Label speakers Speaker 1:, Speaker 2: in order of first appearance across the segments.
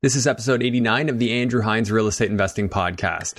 Speaker 1: This is episode 89 of the Andrew Hines Real Estate Investing Podcast.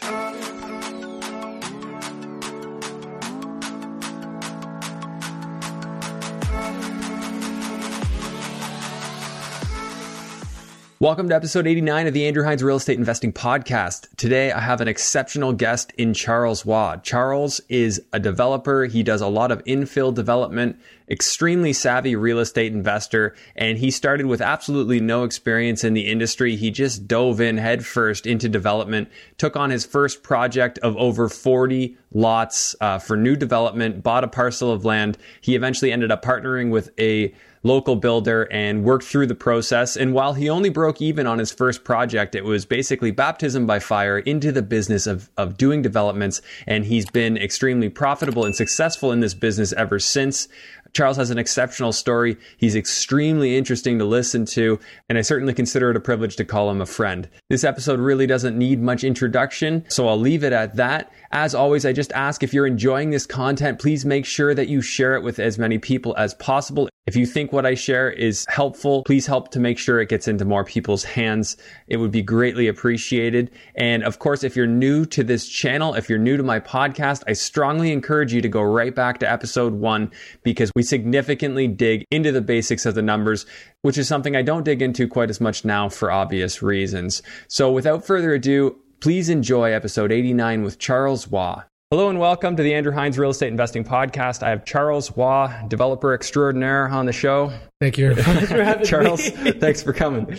Speaker 1: Welcome to episode 89 of the Andrew Hines Real Estate Investing Podcast. Today, I have an exceptional guest in Charles Wad. Charles is a developer. He does a lot of infill development, extremely savvy real estate investor, and he started with absolutely no experience in the industry. He just dove in headfirst into development, took on his first project of over 40 lots uh, for new development, bought a parcel of land. He eventually ended up partnering with a local builder and worked through the process. And while he only broke even on his first project, it was basically baptism by fire into the business of, of doing developments. And he's been extremely profitable and successful in this business ever since. Charles has an exceptional story. He's extremely interesting to listen to, and I certainly consider it a privilege to call him a friend. This episode really doesn't need much introduction, so I'll leave it at that. As always, I just ask if you're enjoying this content, please make sure that you share it with as many people as possible. If you think what I share is helpful, please help to make sure it gets into more people's hands. It would be greatly appreciated. And of course, if you're new to this channel, if you're new to my podcast, I strongly encourage you to go right back to episode one because we significantly dig into the basics of the numbers, which is something I don't dig into quite as much now for obvious reasons. So without further ado, please enjoy episode 89 with Charles Waugh. Hello and welcome to the Andrew Hines Real Estate Investing Podcast. I have Charles Waugh, developer extraordinaire, on the show.
Speaker 2: Thank you. Thanks for having
Speaker 1: Charles,
Speaker 2: me.
Speaker 1: thanks for coming.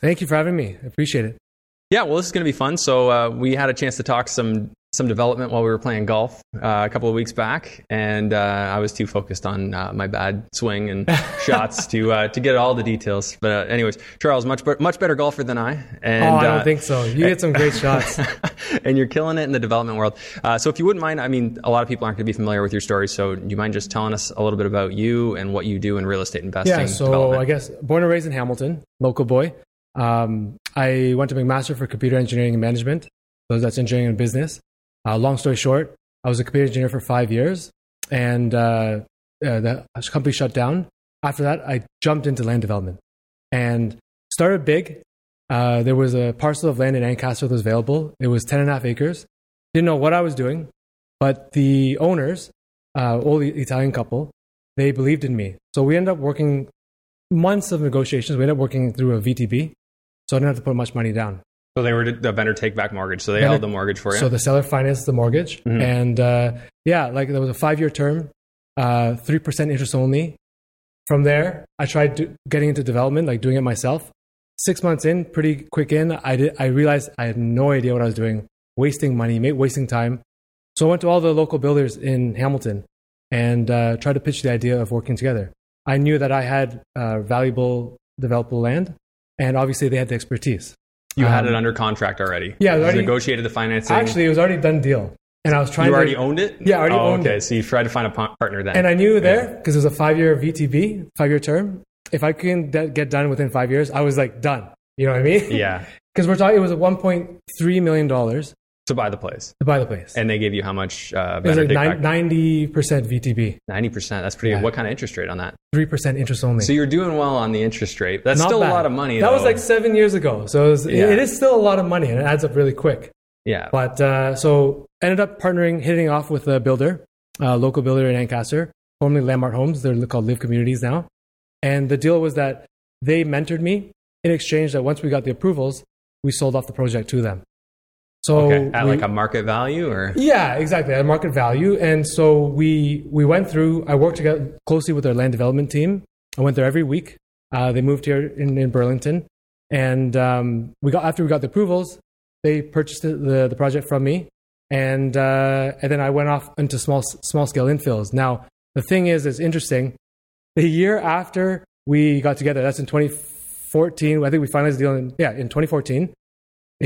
Speaker 2: Thank you for having me. I appreciate it.
Speaker 1: Yeah, well, this is going to be fun. So uh, we had a chance to talk some some development while we were playing golf uh, a couple of weeks back, and uh, I was too focused on uh, my bad swing and shots to to get all the details. But uh, anyways, Charles, much be- much better golfer than I, and uh,
Speaker 2: oh, I don't think so. You get some great shots.
Speaker 1: and you're killing it in the development world. Uh, so if you wouldn't mind, I mean, a lot of people aren't going to be familiar with your story, so do you mind just telling us a little bit about you and what you do in real estate investing?
Speaker 2: Yeah, so
Speaker 1: development?
Speaker 2: I guess born and raised in Hamilton, local boy. Um, I went to McMaster for computer engineering and management. So that's engineering and business. Uh, long story short, I was a computer engineer for five years, and uh, uh, the company shut down. After that, I jumped into land development and started big. Uh, there was a parcel of land in Ancaster that was available. It was 10 and a half acres. Didn't know what I was doing, but the owners, uh, old Italian couple, they believed in me. So we ended up working months of negotiations. We ended up working through a VTB, so I didn't have to put much money down.
Speaker 1: so they were the vendor take back mortgage, so they
Speaker 2: Vendor-
Speaker 1: held the mortgage for you.
Speaker 2: So the seller financed the mortgage,
Speaker 1: Mm-hmm.
Speaker 2: and uh, yeah, like there was a five-year term, uh, three percent interest only. From there, I tried do, getting into development, like doing it myself. Six months in, pretty quick in, I did. I realized I had no idea what I was doing, wasting money, ma- wasting time. So I went to all the local builders in Hamilton and uh, tried to pitch the idea of working together. I knew that I had uh, valuable developable land, and obviously they had the expertise.
Speaker 1: you had
Speaker 2: um,
Speaker 1: it under contract already.
Speaker 2: Yeah,
Speaker 1: you
Speaker 2: already-
Speaker 1: negotiated the financing.
Speaker 2: Actually, it was already done deal, and I was trying
Speaker 1: You
Speaker 2: to
Speaker 1: already owned it?
Speaker 2: Yeah, I already
Speaker 1: oh,
Speaker 2: owned
Speaker 1: okay.
Speaker 2: it.
Speaker 1: so you tried to find a pa- partner then.
Speaker 2: And I knew there because it was a five year VTB, five year term. If I couldn't de- get done within five years, I was like done. You know what I mean?
Speaker 1: yeah,
Speaker 2: Because we're talking, it was a one point three million dollars
Speaker 1: to buy the place.
Speaker 2: to buy the place.
Speaker 1: And they gave you how much? Uh,
Speaker 2: it was
Speaker 1: vendor
Speaker 2: like
Speaker 1: take back?
Speaker 2: ninety percent VTB,
Speaker 1: 90%. That's pretty good. What kind of interest rate on that?
Speaker 2: three percent interest only.
Speaker 1: So you're doing well on the interest rate. That's
Speaker 2: Not
Speaker 1: still
Speaker 2: bad.
Speaker 1: a lot of money.
Speaker 2: That was
Speaker 1: though.
Speaker 2: like seven years ago, so it, was,
Speaker 1: Yeah.
Speaker 2: it is still a lot of money, and it adds up really quick.
Speaker 1: yeah.
Speaker 2: But uh, so ended up partnering, hitting off with a builder, a local builder in Ancaster, formerly Landmark Homes. They're called Live Communities now. And the deal was that they mentored me in exchange that once we got the approvals, we sold off the project to them. So
Speaker 1: Okay. At
Speaker 2: we-
Speaker 1: like a market value or?
Speaker 2: yeah, exactly. At market value. And so we we went through. I worked together closely with our land development team. I went there every week. Uh, they moved here in, in Burlington, and um, we got after we got the approvals, they purchased the the, the project from me, and uh, and then I went off into small small scale infills. Now the thing is, it's interesting. The year after we got together, that's in 2014. I think we finalized the deal. In, yeah, in 2014.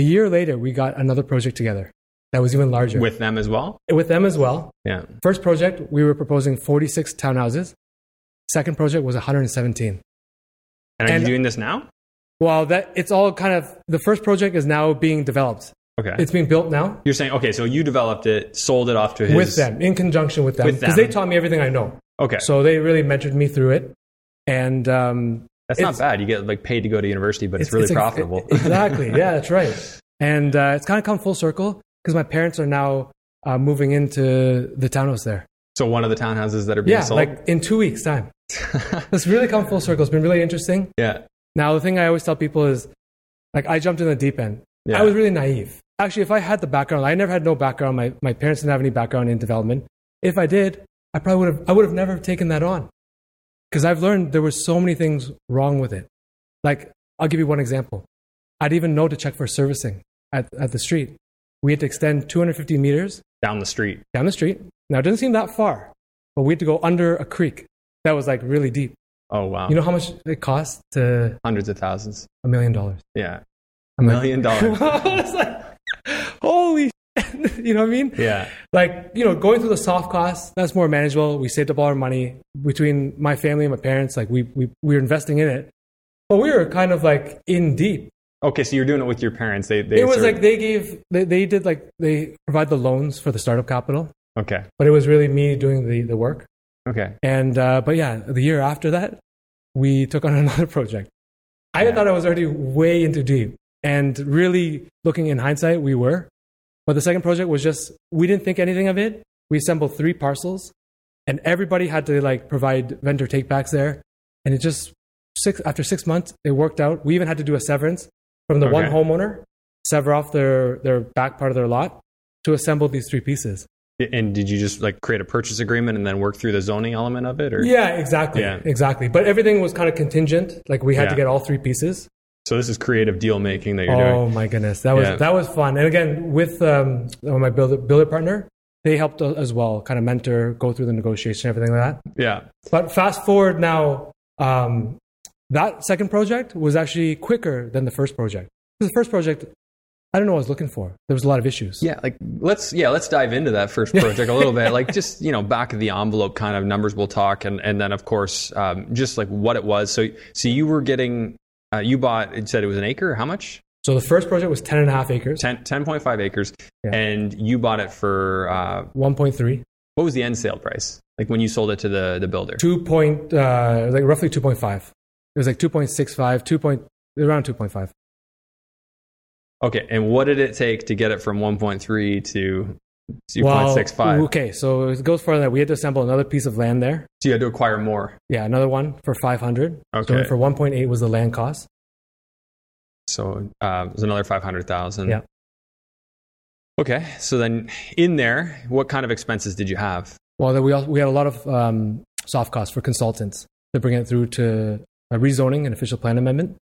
Speaker 2: A year later, we got another project together that was even larger
Speaker 1: With them as well?
Speaker 2: with them as well.
Speaker 1: Yeah.
Speaker 2: First project, we were proposing 46 townhouses. Second project was 117.
Speaker 1: And are
Speaker 2: And-
Speaker 1: you doing this now?
Speaker 2: Well, that it's all kind of the first project is now being developed.
Speaker 1: Okay.
Speaker 2: It's being built now
Speaker 1: you're saying, okay, so you developed it, sold it off to his.
Speaker 2: with them in conjunction with them
Speaker 1: With
Speaker 2: because
Speaker 1: them.
Speaker 2: they taught me everything I know.
Speaker 1: Okay.
Speaker 2: So they really mentored me through it, and um,
Speaker 1: That's not
Speaker 2: It's-
Speaker 1: bad. You get like paid to go to university, but it's, really
Speaker 2: ex-
Speaker 1: profitable.
Speaker 2: exactly. Yeah, that's right. And uh, it's kind of come full circle because my parents are now uh, moving into the townhouse there.
Speaker 1: so one of the townhouses that are being
Speaker 2: Yeah,
Speaker 1: sold.
Speaker 2: like in two weeks' time. It's really come full circle. It's been really interesting.
Speaker 1: yeah.
Speaker 2: Now, the thing I always tell people is like, I jumped in the deep end.
Speaker 1: Yeah.
Speaker 2: I was really naive. Actually, if I had the background, I never had no background. My, my parents didn't have any background in development. If I did, I probably would have, I would have never taken that on. Because I've learned there were so many things wrong with it. Like, I'll give you one example. I'd even know to check for servicing at, at the street. We had to extend 250 meters
Speaker 1: down the street.
Speaker 2: down the street. Now, it doesn't seem that far, but we had to go under a creek that was like really deep.
Speaker 1: Oh wow.
Speaker 2: You know how much it costs to
Speaker 1: hundreds of thousands.
Speaker 2: a million dollars?
Speaker 1: Yeah.
Speaker 2: A
Speaker 1: Million dollars.
Speaker 2: it's like, holy, shit. you know what I mean?
Speaker 1: yeah.
Speaker 2: Like, you know, going through the soft costs, that's more manageable. We saved up all our money between my family and my parents. Like, we, we, we were investing in it, but we were kind of like in deep.
Speaker 1: Okay, so you're doing it with your parents. They they
Speaker 2: It was
Speaker 1: sort
Speaker 2: like
Speaker 1: of-
Speaker 2: they gave, they, they did like, they provide the loans for the startup capital,
Speaker 1: okay.
Speaker 2: but it was really me doing the, the work.
Speaker 1: Okay.
Speaker 2: And, uh, but yeah, the year after that, we took on another project. I
Speaker 1: Yeah.
Speaker 2: thought I was already way into deep. And really, looking in hindsight, we were. But the second project was just, we didn't think anything of it. We assembled three parcels, and everybody had to like provide vendor takebacks there. And it just, six, after six months, it worked out. We even had to do a severance from the one
Speaker 1: Okay.
Speaker 2: homeowner, sever off their, their back part of their lot to assemble these three pieces.
Speaker 1: And did you just like create a purchase agreement and then work through the zoning element of it or
Speaker 2: Yeah, exactly.
Speaker 1: Yeah.
Speaker 2: Exactly. But everything was kind of contingent. Like we had
Speaker 1: Yeah.
Speaker 2: to get all three pieces.
Speaker 1: so this is creative deal making that you're
Speaker 2: oh
Speaker 1: doing.
Speaker 2: my goodness. That was
Speaker 1: Yeah.
Speaker 2: that was fun. And again, with um, my builder, builder partner, they helped a- as well, kind of mentor, go through the negotiation, everything like that.
Speaker 1: Yeah.
Speaker 2: But fast forward now, um, that second project was actually quicker than the first project. 'Cause The first project, I don't know what I was looking for. There was a lot of issues.
Speaker 1: Yeah, like let's yeah, let's dive into that first project a little bit. Like just, you know, back of the envelope kind of numbers we'll talk and and then of course um, just like what it was. So so you were getting uh, you bought it said it was an acre, how much?
Speaker 2: So the first project was 10 and a half acres,
Speaker 1: 10, 10.5 acres
Speaker 2: Yeah.
Speaker 1: and you bought it for uh,
Speaker 2: 1.3,
Speaker 1: what was the end sale price? Like when you sold it to the the builder?
Speaker 2: 2 point, uh, it was like roughly 2.5. It was like 2.65, 2 point, around 2.5.
Speaker 1: Okay, and what did it take to get it from 1.3 to
Speaker 2: Well,
Speaker 1: 2.65?
Speaker 2: Okay, so it goes further than that. We had to assemble another piece of land there.
Speaker 1: So you had to acquire more.
Speaker 2: Yeah, another one for 500. So
Speaker 1: Okay.
Speaker 2: for 1.8 was the land cost.
Speaker 1: So uh, it was another 500,000.
Speaker 2: Yeah.
Speaker 1: Okay, so then in there, what kind of expenses did you have?
Speaker 2: Well, then we, also, we had a lot of um, soft costs for consultants to bring it through to a rezoning and official plan amendment.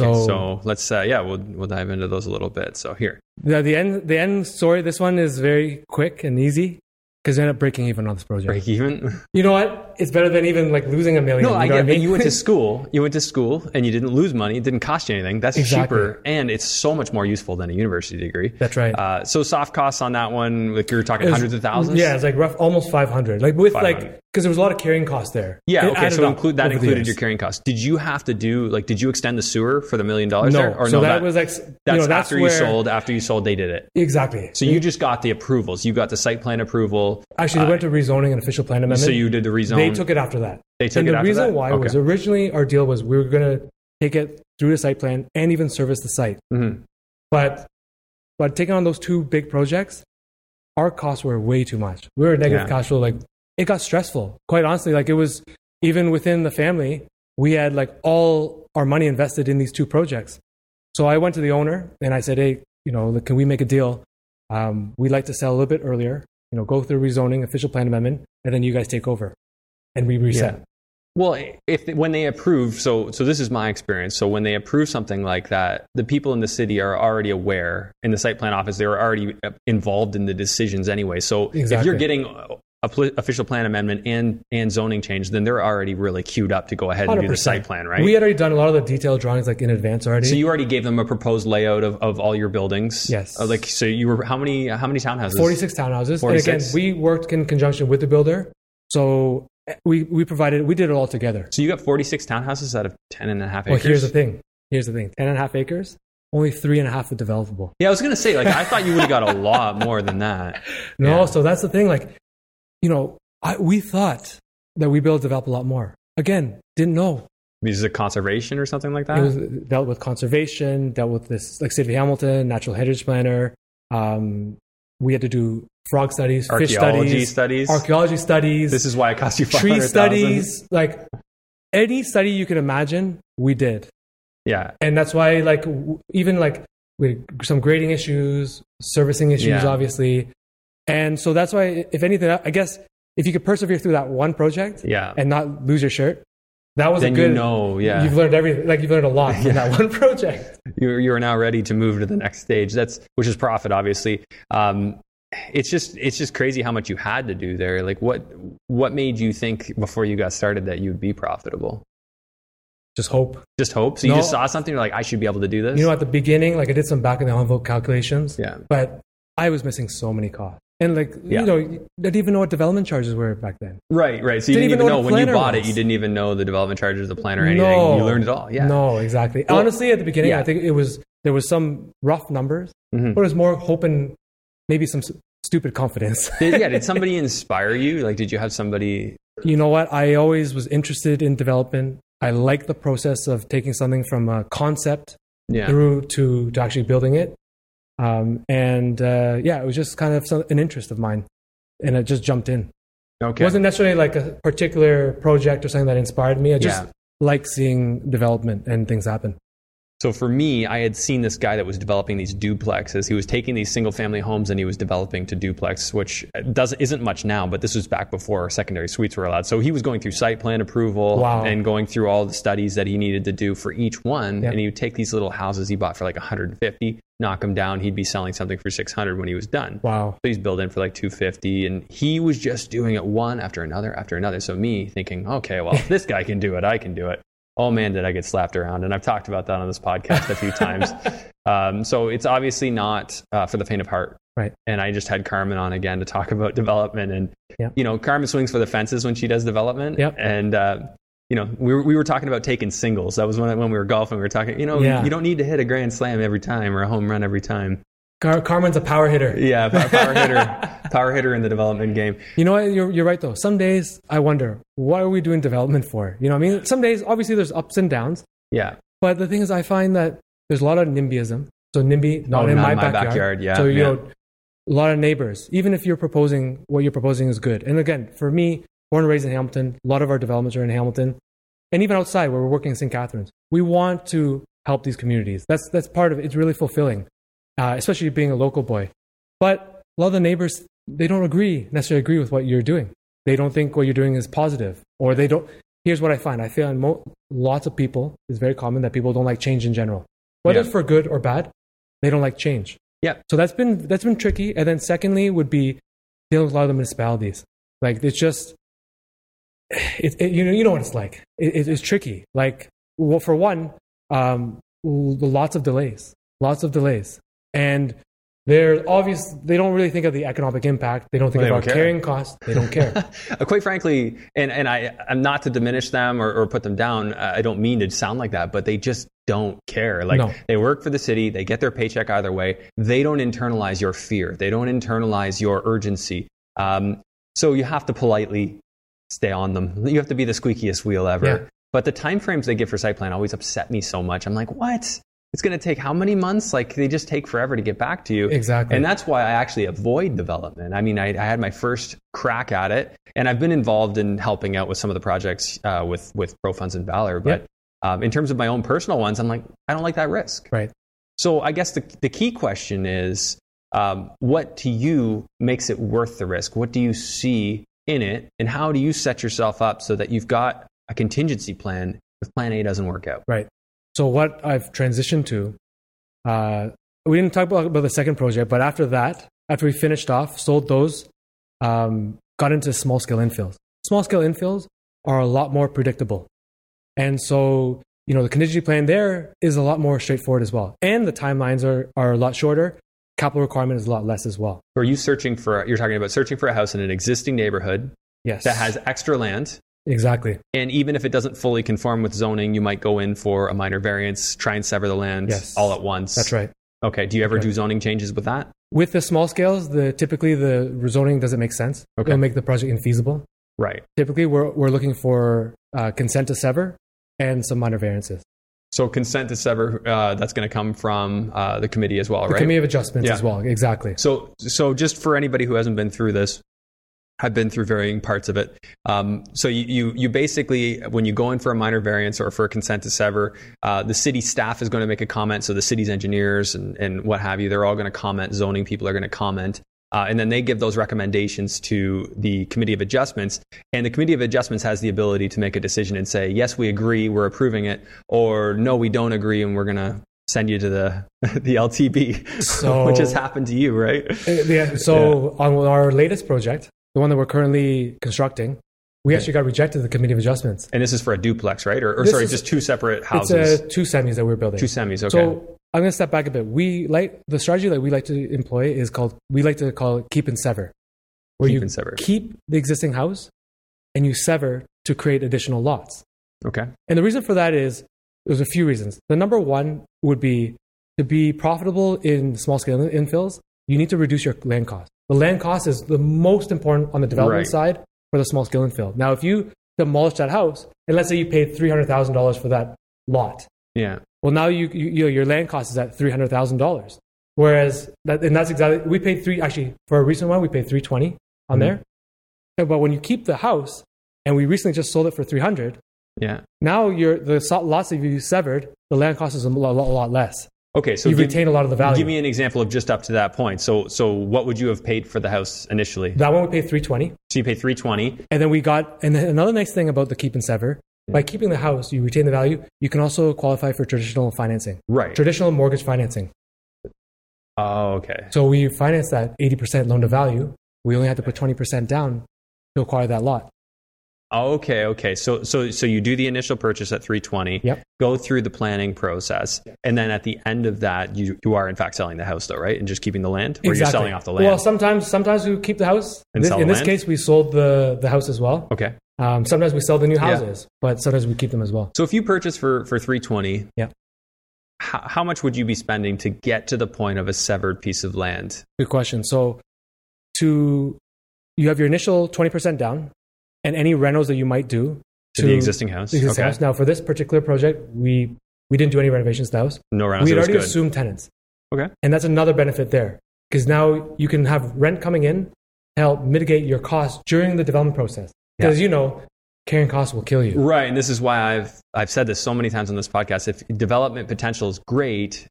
Speaker 1: Okay,
Speaker 2: so
Speaker 1: so let's uh, yeah, we'll we'll dive into those a little bit. So here,
Speaker 2: the, the, end, the end story, this one is very quick and easy because we ended up breaking even on this project.
Speaker 1: break even.
Speaker 2: You know what? It's better than even like losing a million.
Speaker 1: No,
Speaker 2: you
Speaker 1: I get.
Speaker 2: know what I mean?
Speaker 1: And you went to school. You went to school, and you didn't lose money. It didn't cost you anything. That's
Speaker 2: Exactly.
Speaker 1: cheaper, and it's so much more useful than a university degree.
Speaker 2: That's right.
Speaker 1: Uh, so soft costs on that one, like you're talking
Speaker 2: It was-
Speaker 1: hundreds of thousands.
Speaker 2: Yeah, it's like rough, almost 500. Like with
Speaker 1: 500.
Speaker 2: like, because there was a lot of carrying costs there.
Speaker 1: Yeah.
Speaker 2: It
Speaker 1: okay.
Speaker 2: added
Speaker 1: So
Speaker 2: up
Speaker 1: include that
Speaker 2: over the
Speaker 1: included
Speaker 2: years.
Speaker 1: your carrying costs. Did you have to do like did you extend the sewer for the million dollars
Speaker 2: No,
Speaker 1: there? Or
Speaker 2: so
Speaker 1: no,
Speaker 2: that, was like s-
Speaker 1: that's
Speaker 2: you know, that's
Speaker 1: after you
Speaker 2: where-
Speaker 1: sold. After you sold, they did it.
Speaker 2: exactly.
Speaker 1: So you just got the approvals. You got the site plan approval.
Speaker 2: actually they went to rezoning and official plan amendment.
Speaker 1: Uh, So you did the rezone.
Speaker 2: they took it after that.
Speaker 1: They took
Speaker 2: and
Speaker 1: it
Speaker 2: the
Speaker 1: after
Speaker 2: reason
Speaker 1: that?
Speaker 2: why was
Speaker 1: Okay.
Speaker 2: originally our deal was we were going to take it through the site plan and even service the site,
Speaker 1: Mhm.
Speaker 2: but but taking on those two big projects, our costs were way too much. We were negative
Speaker 1: Yeah.
Speaker 2: cash flow. Like it got stressful. Quite honestly, like it was even within the family, we had like all our money invested in these two projects. So I went to the owner and I said, "Hey, you know, like, can we make a deal? Um, we'd like to sell a little bit earlier. You know, go through rezoning, official plan amendment, and then you guys take over, and we reset."
Speaker 1: Yeah. Well, if when they approve, so so this is my experience. So when they approve something like that, the people in the city are already aware in the site plan office. They were already uh, involved in the decisions anyway. So if you're
Speaker 2: Exactly.
Speaker 1: getting a pl- official plan amendment and and zoning change, then they're already really queued up to go ahead and do the
Speaker 2: 100%.
Speaker 1: site plan, right?
Speaker 2: We had already done a lot of the detailed drawings like in advance already.
Speaker 1: so you already gave them a proposed layout of, of all your buildings.
Speaker 2: Yes.
Speaker 1: Uh, like so, you were how many how many townhouses?
Speaker 2: 46 townhouses. And
Speaker 1: 46.
Speaker 2: again, we worked in conjunction with the builder. So eh, we, we provided, we did it all together.
Speaker 1: So you got 46 townhouses out of 10 and a half
Speaker 2: Well,
Speaker 1: acres.
Speaker 2: here's the thing. Here's the thing. Ten and a half acres, only three and a half are developable.
Speaker 1: yeah, I was gonna say like I thought you would have got a lot more than that.
Speaker 2: No,
Speaker 1: Yeah.
Speaker 2: so that's the thing. Like, you know, I, we thought that we'd be able to develop a lot more. Again, didn't know.
Speaker 1: This is a conservation or something like that.
Speaker 2: It was uh, dealt with conservation, dealt with this like City of Hamilton, natural heritage planner. Um, we had to do frog studies, fish
Speaker 1: Archaeology
Speaker 2: studies,
Speaker 1: studies.
Speaker 2: archaeology studies,
Speaker 1: This is why it cost you five
Speaker 2: tree
Speaker 1: hundred thousand.
Speaker 2: studies, like any study you can imagine, we did.
Speaker 1: Yeah,
Speaker 2: and that's why like w- even like with some grading issues servicing issues
Speaker 1: Yeah.
Speaker 2: obviously and so that's why if anything i guess if you could persevere through that one project
Speaker 1: yeah.
Speaker 2: and not lose your shirt that was
Speaker 1: then
Speaker 2: a good
Speaker 1: you know, yeah,
Speaker 2: you've learned everything like you've learned a lot from that one project
Speaker 1: you're, you're now ready to move to the next stage. That's which is profit, obviously. Um, it's just it's just crazy how much you had to do there. Like what what made you think before you got started that you would be profitable?
Speaker 2: just hope
Speaker 1: Just hope. So you
Speaker 2: No.
Speaker 1: just saw something. You're like, I should be able to do this.
Speaker 2: you know at the beginning like i did some back in the envelope calculations
Speaker 1: Yeah.
Speaker 2: but i was missing so many costs and like
Speaker 1: Yeah.
Speaker 2: you know i didn't even know what development charges were back then
Speaker 1: Right. Right. So you didn't,
Speaker 2: Didn't even
Speaker 1: even
Speaker 2: know
Speaker 1: know,
Speaker 2: what a
Speaker 1: when you
Speaker 2: planner
Speaker 1: bought it.
Speaker 2: was.
Speaker 1: You didn't even know the development charges, the plan, or anything. You learned it all. Yeah.
Speaker 2: No, exactly.
Speaker 1: Well-
Speaker 2: Honestly, at the beginning,
Speaker 1: Yeah.
Speaker 2: I think it was there was some rough numbers,
Speaker 1: Mhm.
Speaker 2: but it was more hope and maybe some s- stupid confidence.
Speaker 1: Did, yeah. Did somebody inspire you? Like, did you have somebody?
Speaker 2: you know what? I always was interested in development. I like the process of taking something from a concept
Speaker 1: Yeah.
Speaker 2: through to, to actually building it. Um, and uh, yeah, it was just kind of some, an interest of mine. And I just jumped in.
Speaker 1: Okay.
Speaker 2: It wasn't necessarily like a particular project or something that inspired me. I just
Speaker 1: Yeah.
Speaker 2: like seeing development and things happen.
Speaker 1: So for me, I had seen this guy that was developing these duplexes. He was taking these single family homes and he was developing to duplex, which doesn't isn't much now, but this was back before secondary suites were allowed. So he was going through site plan approval
Speaker 2: Wow.
Speaker 1: and going through all the studies that he needed to do for each one.
Speaker 2: Yeah.
Speaker 1: And he would take these little houses he bought for like 150, knock them down. He'd be selling something for 600 when he was done.
Speaker 2: Wow.
Speaker 1: So he's billed in for like 250 and he was just doing it one after another after another. So me thinking, okay, well, if this guy can do it, I can do it. Oh man, did I get slapped around. And I've talked about that on this podcast a few times. Um, so it's obviously not uh, for the faint of heart.
Speaker 2: Right.
Speaker 1: And I just had Carmen on again to talk about development. And,
Speaker 2: Yeah.
Speaker 1: you know, Carmen swings for the fences when she does development.
Speaker 2: Yep.
Speaker 1: And, uh, you know, we were, we were talking about taking singles. That was when, when we were golfing. We were talking, you know,
Speaker 2: Yeah.
Speaker 1: you don't need to hit a grand slam every time or a home run every time.
Speaker 2: Car- Carmen's a power hitter.
Speaker 1: Yeah, pow- power hitter, power hitter in the development game.
Speaker 2: You know what? You're, you're right, though. Some days I wonder, what are we doing development for? You know what I mean? Some days, obviously, there's ups and downs.
Speaker 1: Yeah,
Speaker 2: But the thing is, I find that there's a lot of NIMBYism. So NIMBY, not
Speaker 1: Oh,
Speaker 2: in
Speaker 1: not
Speaker 2: my,
Speaker 1: in my
Speaker 2: backyard.
Speaker 1: backyard, yeah,
Speaker 2: So, you
Speaker 1: yeah.
Speaker 2: know, a lot of neighbors, even if you're proposing, what you're proposing is good. And again, for me, born and raised in Hamilton, a lot of our developments are in Hamilton. And even outside where we're working in St. Catharines, we want to help these communities. That's, that's part of it. It's really fulfilling, uh, especially being a local boy. But a lot of the neighbors, they don't agree, necessarily agree with what you're doing. They don't think what you're doing is positive, or they don't. Here's what I find I feel in mo- lots of people, it's very common that people don't like change in general, whether
Speaker 1: Yeah.
Speaker 2: for good or bad, they don't like change.
Speaker 1: Yeah.
Speaker 2: So that's been, that's been tricky. And then secondly, would be dealing with a lot of the municipalities. Like it's just, it, it, you know, you know what it's like. It, it- it's tricky. Like well, for one, um, l- lots of delays, lots of delays, and they're obvious. They don't really think of the economic impact. They don't think
Speaker 1: They don't
Speaker 2: about
Speaker 1: care.
Speaker 2: carrying costs. They don't care.
Speaker 1: Uh, quite frankly, and and I I'm not to diminish them or, or put them down. Uh, I don't mean to sound like that, but they just don't care. Like
Speaker 2: No.
Speaker 1: they work for the city, they get their paycheck either way. They don't internalize your fear. They don't internalize your urgency. Um, so you have to politely stay on them. You have to be the squeakiest wheel ever.
Speaker 2: Yeah.
Speaker 1: But the timeframes they give for site plan always upset me so much. I'm like, what? It's going to take how many months? Like they just take forever to get back to you.
Speaker 2: exactly.
Speaker 1: And that's why I actually avoid development. I mean, I, I had my first crack at it, and I've been involved in helping out with some of the projects uh, with with ProFunds and Valor. But um, in terms of my own personal ones, I'm like, I don't like that risk.
Speaker 2: Right.
Speaker 1: So I guess the the key question is, um, what to you makes it worth the risk? What do you see in it, and how do you set yourself up so that you've got a contingency plan if Plan A doesn't work out?
Speaker 2: Right. So what I've transitioned to, uh, we didn't talk about, about the second project, but after that, after we finished off, sold those, um, got into small scale infills. Small scale infills are a lot more predictable, and so you know the contingency plan there is a lot more straightforward as well, and the timelines are are a lot shorter. Capital requirement is a lot less as well.
Speaker 1: Are you searching for? You're talking about searching for a house in an existing neighborhood
Speaker 2: Yes,
Speaker 1: that has extra land.
Speaker 2: exactly.
Speaker 1: And even if it doesn't fully conform with zoning, you might go in for a minor variance, try and sever the land
Speaker 2: Yes.
Speaker 1: all at once.
Speaker 2: That's right.
Speaker 1: Okay. Do you ever do zoning changes with that?
Speaker 2: With the small scales, the typically the rezoning doesn't make sense.
Speaker 1: Okay.
Speaker 2: It'll make the project infeasible.
Speaker 1: Right.
Speaker 2: typically we're, we're looking for uh, consent to sever and some minor variances.
Speaker 1: So consent to sever uh, that's going to come from uh, the committee as well,
Speaker 2: The
Speaker 1: right?
Speaker 2: committee of adjustments
Speaker 1: Yeah.
Speaker 2: as well, exactly.
Speaker 1: So, so just for anybody who hasn't been through this, I've been through varying parts of it. Um, so you, you, you basically, when you go in for a minor variance or for a consent to sever, uh, the city staff is going to make a comment. So the city's engineers and, and what have you, they're all going to comment. Zoning people are going to comment. Uh, and then they give those recommendations to the committee of adjustments and the committee of adjustments has the ability to make a decision and say yes we agree we're approving it or no we don't agree and we're going to send you to the the ltb
Speaker 2: So-
Speaker 1: which has happened to you right
Speaker 2: Uh, Yeah. So on our latest project, the one that we're currently constructing, we actually got rejected at the committee of adjustments.
Speaker 1: And this is for a duplex, right? Or, or
Speaker 2: This
Speaker 1: sorry,
Speaker 2: is-
Speaker 1: just two separate
Speaker 2: It's
Speaker 1: houses,
Speaker 2: uh, two semis that we're building.
Speaker 1: two semis. Okay.
Speaker 2: So I'm going to step back a bit. We like the strategy that we like to employ is called we like to call it keep and sever, where
Speaker 1: Keep
Speaker 2: you
Speaker 1: and sever.
Speaker 2: keep the existing house and you sever to create additional lots.
Speaker 1: okay.
Speaker 2: And the reason for that is there's a few reasons. The number one would be to be profitable in small scale infills, you need to reduce your land cost. The land cost is the most important on the
Speaker 1: Right.
Speaker 2: development side for the small scale infill. Now, if you demolish that house, and let's say you paid $300,000 for that lot,
Speaker 1: Yeah.
Speaker 2: well, now you, you, you know, your land cost is at $300,000. Whereas, that, and that's exactly, we paid three, actually, for a recent one, we paid 320 on there. But when you keep the house, and we recently just sold it for 300,
Speaker 1: Yeah.
Speaker 2: now you're, the so- lots that you severed, the land cost is a lot, lot, lot less.
Speaker 1: Okay. So
Speaker 2: You
Speaker 1: give,
Speaker 2: retain a lot of the value.
Speaker 1: give me an example of just up to that point. So, so what would you have paid for the house initially?
Speaker 2: that one we paid 320
Speaker 1: so you paid three twenty.
Speaker 2: and then we got and then another nice thing about the keep and sever by keeping the house you retain the value you can also qualify for traditional financing
Speaker 1: Right.
Speaker 2: traditional mortgage financing
Speaker 1: Oh, okay.
Speaker 2: so we financed that 80% loan to value we only had to put 20% down to acquire that lot
Speaker 1: Okay. Okay. So, so, so you do the initial purchase at three twenty.
Speaker 2: Yep.
Speaker 1: Go through the planning process, and then at the end of that, you you are in fact selling the house, though, right? And just keeping the land, or you're selling off the land.
Speaker 2: well sometimes sometimes we keep the house
Speaker 1: And
Speaker 2: This-
Speaker 1: sell
Speaker 2: in
Speaker 1: the
Speaker 2: this
Speaker 1: land?
Speaker 2: case we sold the, the house as well
Speaker 1: okay.
Speaker 2: um, sometimes we sell the new
Speaker 1: Yeah.
Speaker 2: houses but sometimes we keep them as well
Speaker 1: So if you purchase for for three twenty,
Speaker 2: Yeah.
Speaker 1: How, how much would you be spending to get to the point of a severed piece of land?
Speaker 2: Good question. So, to you have your initial twenty percent down, and any rentals that you might do
Speaker 1: To, the existing house.
Speaker 2: the existing
Speaker 1: okay.
Speaker 2: house. Now, for this particular project, we we didn't do any renovations to the house.
Speaker 1: No rounds.
Speaker 2: we
Speaker 1: it
Speaker 2: had
Speaker 1: was
Speaker 2: already
Speaker 1: good.
Speaker 2: assumed tenants,
Speaker 1: okay.
Speaker 2: and that's another benefit there because now you can have rent coming in to help mitigate your costs during the development process. Because you know, carrying costs will kill you.
Speaker 1: Right, and this is why I've I've said this so many times on this podcast. If development potential is great,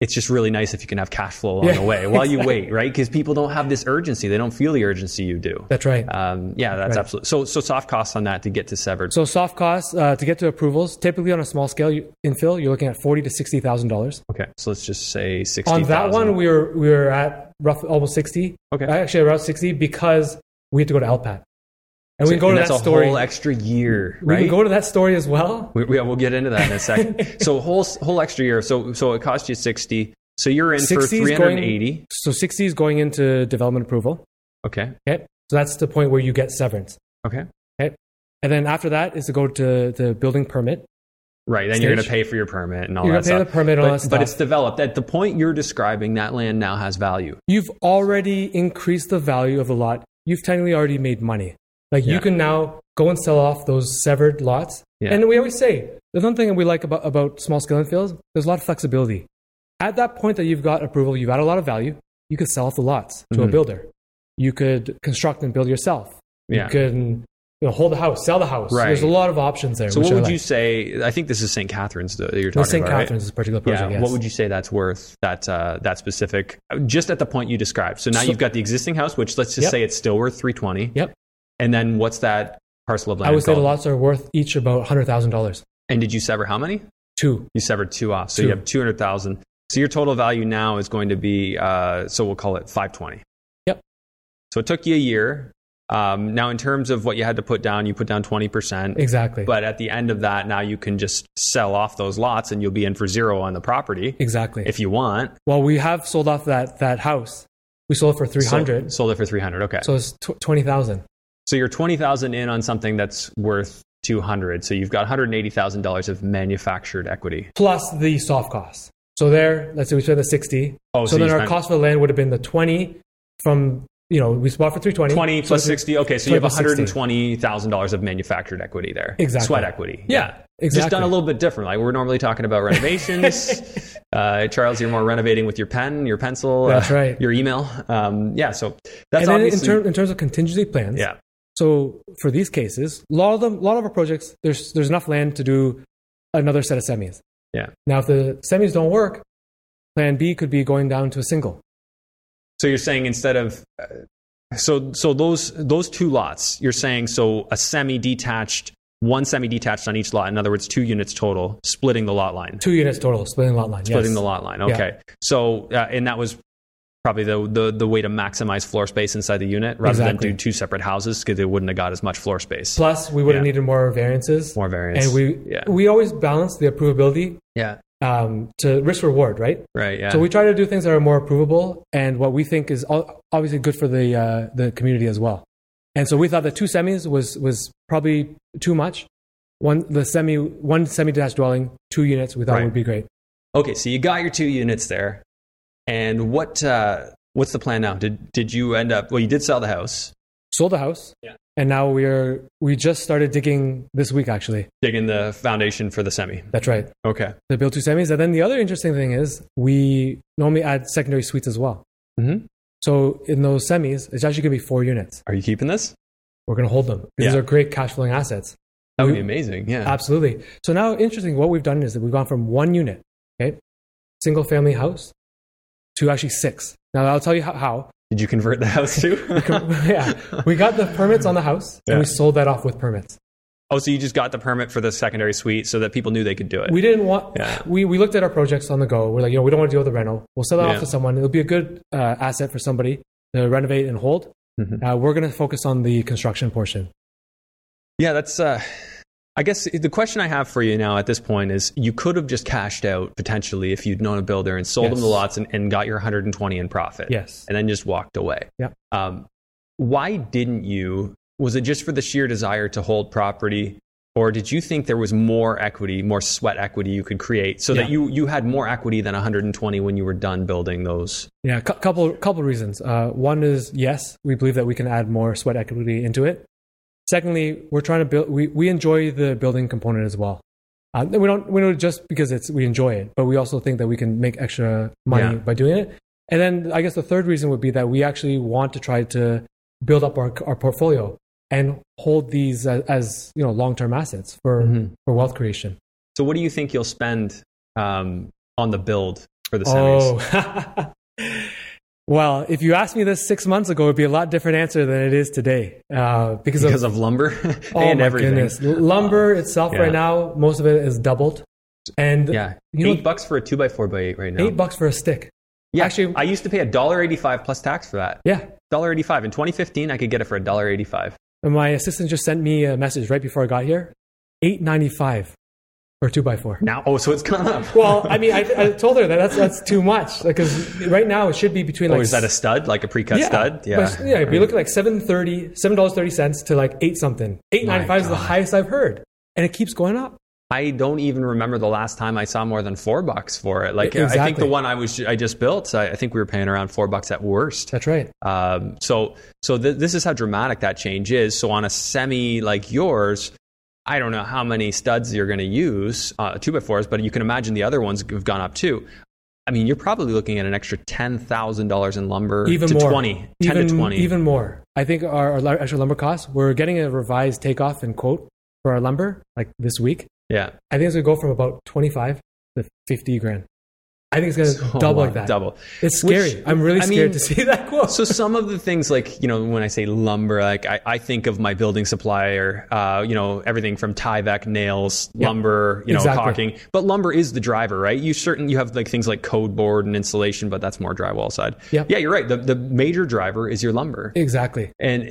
Speaker 1: it's just really nice if you can have cash flow along
Speaker 2: Yeah,
Speaker 1: the way while you wait, right? Because people don't have this urgency; they don't feel the urgency you do.
Speaker 2: That's right.
Speaker 1: Um, yeah, that's
Speaker 2: Right.
Speaker 1: absolutely. So, so soft costs on that to get to severed.
Speaker 2: So, soft costs uh, to get to approvals, typically on a small scale you, infill, you're looking at forty to sixty thousand dollars.
Speaker 1: okay, so let's just say sixty.
Speaker 2: on that one we were we were at rough almost 60
Speaker 1: Okay.
Speaker 2: actually around 60 because we had to go to lpat and we can go
Speaker 1: and
Speaker 2: to
Speaker 1: that's
Speaker 2: that
Speaker 1: a
Speaker 2: story
Speaker 1: whole extra year,
Speaker 2: we
Speaker 1: right?
Speaker 2: can go to that story as well
Speaker 1: We, yeah, we'll get into that in a second. so whole whole extra year. So so it cost you sixty. So you're in for
Speaker 2: 60 is
Speaker 1: three hundred and eighty.
Speaker 2: going so 60 is going into development approval
Speaker 1: Okay.
Speaker 2: okay so that's the point where you get severance
Speaker 1: Okay.
Speaker 2: okay and then after that is to go to the building permit
Speaker 1: Right. Then you're going to pay
Speaker 2: Stage.
Speaker 1: for your permit and all
Speaker 2: You're
Speaker 1: that
Speaker 2: gonna pay
Speaker 1: stuff.
Speaker 2: the permit
Speaker 1: but,
Speaker 2: and all that
Speaker 1: but
Speaker 2: stuff.
Speaker 1: it's developed. At the point you're describing, that land now has value.
Speaker 2: you've already increased the value of the lot you've technically already made money like
Speaker 1: Yeah.
Speaker 2: you can now go and sell off those severed lots
Speaker 1: Yeah.
Speaker 2: and we always say the one thing that we like about, about small scale infills there's a lot of flexibility at that point that you've got approval you've had a lot of value you could sell off the lots to a
Speaker 1: Mm-hmm.
Speaker 2: builder you could construct and build yourself
Speaker 1: Yeah.
Speaker 2: you can you know, hold the house sell the house
Speaker 1: Right.
Speaker 2: there's a lot of options there
Speaker 1: So
Speaker 2: which
Speaker 1: what
Speaker 2: I
Speaker 1: would
Speaker 2: like.
Speaker 1: you say? I think this is St. Catherine's that you're
Speaker 2: Well,
Speaker 1: talking
Speaker 2: St.
Speaker 1: about. right?
Speaker 2: Catherine's is a particular
Speaker 1: Yeah.
Speaker 2: project. yes.
Speaker 1: What would you say that's worth? That uh, that specific, just at the point you described. So now
Speaker 2: So-
Speaker 1: you've got the existing house, which let's just
Speaker 2: Yep.
Speaker 1: say it's still worth three twenty.
Speaker 2: Yep.
Speaker 1: And then what's that parcel of land?
Speaker 2: I would say the
Speaker 1: called?
Speaker 2: lots are worth each about hundred thousand dollars.
Speaker 1: And did you sever how many?
Speaker 2: Two.
Speaker 1: You severed two off, so
Speaker 2: Two.
Speaker 1: you have two hundred thousand. So your total value now is going to be, uh, so we'll call it five twenty.
Speaker 2: Yep.
Speaker 1: So it took you a year. Um, now, in terms of what you had to put down, you put down twenty percent.
Speaker 2: Exactly.
Speaker 1: But at the end of that, now you can just sell off those lots, and you'll be in for zero on the property
Speaker 2: exactly.
Speaker 1: if you want.
Speaker 2: Well, we have sold off that that house. We sold it for three hundred,
Speaker 1: Sold, sold it for three hundred. Okay. So,
Speaker 2: so it's tw- twenty thousand.
Speaker 1: you're twenty thousand in on something that's worth two hundred. So you've got one hundred eighty thousand dollars of manufactured equity.
Speaker 2: plus the soft costs. So there, let's say we spent the sixty.
Speaker 1: Oh,
Speaker 2: so,
Speaker 1: so
Speaker 2: then
Speaker 1: you
Speaker 2: our
Speaker 1: spent-
Speaker 2: cost for the land would have been the twenty from you know, we bought for 320.
Speaker 1: 20
Speaker 2: So
Speaker 1: plus
Speaker 2: it's-
Speaker 1: 60. Okay, so you have
Speaker 2: plus 60.
Speaker 1: $120,000 of manufactured equity there.
Speaker 2: Exactly.
Speaker 1: Sweat equity. Just
Speaker 2: Yeah,
Speaker 1: done a
Speaker 2: exactly.
Speaker 1: little bit different. Like we're normally talking about renovations. uh, Charles, you're more renovating with your pen, your pencil,
Speaker 2: That's
Speaker 1: uh,
Speaker 2: right.
Speaker 1: your email. Um, yeah, so that's
Speaker 2: And then in,
Speaker 1: obviously.
Speaker 2: ter- in terms of contingency plans,
Speaker 1: yeah,
Speaker 2: So for these cases, a lot of them, a lot of our projects, there's there's enough land to do another set of semis.
Speaker 1: yeah.
Speaker 2: Now, if the semis don't work, plan B could be going down to a single.
Speaker 1: So you're saying instead of uh, so so those those two lots, you're saying so a semi-detached, one semi-detached on each lot. In other words, two units total, splitting the lot line.
Speaker 2: Two units total, splitting lot line.
Speaker 1: splitting
Speaker 2: yes.
Speaker 1: the lot line.
Speaker 2: Yeah.
Speaker 1: Okay. So uh, and that was probably the, the the way to maximize floor space inside the unit rather
Speaker 2: Exactly.
Speaker 1: than do two separate houses because they wouldn't have got as much floor space.
Speaker 2: Plus, we would have
Speaker 1: Yeah.
Speaker 2: needed more variances,
Speaker 1: More variance.
Speaker 2: and we
Speaker 1: yeah
Speaker 2: we always balance the approvability
Speaker 1: yeah
Speaker 2: um, to risk reward, right?
Speaker 1: right yeah
Speaker 2: So we try to do things that are more approvable and what we think is al- obviously good for the uh, the community as well. And so we thought that two semis was was probably too much. One the semi one semi detached dwelling, two units we thought
Speaker 1: Right.
Speaker 2: would be great.
Speaker 1: okay. So you got your two units there, and what uh, what's the plan now? Did did you end up? Well, you did sell the house,
Speaker 2: Sold the house,
Speaker 1: Yeah.
Speaker 2: and now we are we just started digging this week actually.
Speaker 1: digging the foundation for the semi.
Speaker 2: That's right.
Speaker 1: Okay.
Speaker 2: To build two semis, and then the other interesting thing is we normally add secondary suites as well. Mm-hmm.
Speaker 1: Mhm.
Speaker 2: So in those semis, it's actually going to be four units.
Speaker 1: Are you keeping this?
Speaker 2: We're going to hold them. These
Speaker 1: Yeah.
Speaker 2: are great cash flowing assets.
Speaker 1: That would be
Speaker 2: We-
Speaker 1: amazing.
Speaker 2: Uh,
Speaker 1: Yeah.
Speaker 2: Absolutely. So now, interesting, what we've done is that we've gone from one unit, okay, single family house, to actually six. Now, I'll tell you how. how.
Speaker 1: Did you convert the house too?
Speaker 2: yeah, we got the permits on the house and we
Speaker 1: Yeah.
Speaker 2: sold that off with permits.
Speaker 1: oh, so you just got the permit for the secondary suite so that people knew they could do it.
Speaker 2: We didn't want,
Speaker 1: Yeah.
Speaker 2: we, we looked at our projects on the go. We're like, you know, we don't want to deal with the rental. We'll sell that
Speaker 1: Yeah.
Speaker 2: off to someone. It'll be a good uh, asset for somebody to renovate and hold.
Speaker 1: Mhm.
Speaker 2: Uh, we're going to focus on the construction portion.
Speaker 1: Yeah, that's. Uh, I guess the question I have for you now at this point is: you could have just cashed out potentially if you'd known a builder and sold them the
Speaker 2: Yes.
Speaker 1: lots and, and got your 120 in profit,
Speaker 2: Yes.
Speaker 1: and then just walked away.
Speaker 2: Yep.
Speaker 1: Um, why didn't you? Was it just for the sheer desire to hold property, or did you think there was more equity, more sweat equity you could create, so that
Speaker 2: Yeah.
Speaker 1: you you had more equity than 120 when you were done building those?
Speaker 2: Yeah, a cou- couple couple reasons. Uh, one is yes, we believe that we can add more sweat equity into it. Secondly, we're trying to build. We, we enjoy the building component as well. Uh, we don't we don't just because it's we enjoy it, but we also think that we can make extra money
Speaker 1: Yeah.
Speaker 2: by doing it. And then I guess the third reason would be that we actually want to try to build up our our portfolio and hold these as, as you know long term assets for
Speaker 1: Mhm.
Speaker 2: for wealth creation.
Speaker 1: So, what do you think you'll spend um, on the build for the semis?
Speaker 2: Oh. well, if you asked me this six months ago, it would be a lot different answer than it is today. Uh, because,
Speaker 1: because
Speaker 2: of,
Speaker 1: of lumber
Speaker 2: oh
Speaker 1: and
Speaker 2: my
Speaker 1: everything.
Speaker 2: goodness. L- lumber itself
Speaker 1: Yeah.
Speaker 2: right now, most of it is doubled. And
Speaker 1: Yeah,
Speaker 2: You know-
Speaker 1: eight bucks for a two by four by eight right now.
Speaker 2: eight bucks for a stick.
Speaker 1: yeah,
Speaker 2: actually-
Speaker 1: I used to pay a dollar eighty five plus tax for that.
Speaker 2: Yeah.
Speaker 1: Dollar eighty five in twenty fifteen, I could get it for a dollar eighty five.
Speaker 2: And my assistant just sent me a message right before I got here. Eight ninety five for a two by four.
Speaker 1: Now, oh, so it's gone up.
Speaker 2: Well, I mean, I, I told her that that's that's too much because right now it should be between
Speaker 1: oh,
Speaker 2: like
Speaker 1: is that a stud, like a pre cut stud?
Speaker 2: Yeah. But, yeah, we look at like seven thirty, seven dollars thirty cents to like eight something. Eight ninety five is the
Speaker 1: God.
Speaker 2: highest I've heard, and it keeps going up.
Speaker 1: I don't even remember the last time I saw more than four bucks for it. Like, I think
Speaker 2: Exactly.
Speaker 1: the one I was I just built, I, I think we were paying around four bucks at worst.
Speaker 2: That's right.
Speaker 1: Um, so, so th- this is how dramatic that change is. So, on a semi like yours, I don't know how many studs you're going to use uh, two by fours, but you can imagine the other ones have gone up too. I mean, you're probably looking at an extra ten thousand dollars in lumber
Speaker 2: Even
Speaker 1: to
Speaker 2: more.
Speaker 1: 20, 10
Speaker 2: even,
Speaker 1: to twenty.
Speaker 2: Even more. I think our, our actual lumber costs. We're getting a revised takeoff and quote for our lumber like this week.
Speaker 1: yeah,
Speaker 2: I think it's gonna go from about twenty five to fifty grand. I think it's gonna
Speaker 1: So
Speaker 2: double
Speaker 1: a
Speaker 2: like that.
Speaker 1: Oh Double.
Speaker 2: It's
Speaker 1: Which-
Speaker 2: scary. I'm really
Speaker 1: I mean-
Speaker 2: scared to see that quote.
Speaker 1: so some of the things like you know when i say lumber like i, I think of my building supplier uh, you know everything from tyvek nails lumber you know
Speaker 2: exactly.
Speaker 1: caulking but lumber is the driver right you certain you have like things like code board and insulation but that's more drywall side
Speaker 2: Yep.
Speaker 1: yeah you're right the, the major driver is your lumber
Speaker 2: exactly.
Speaker 1: and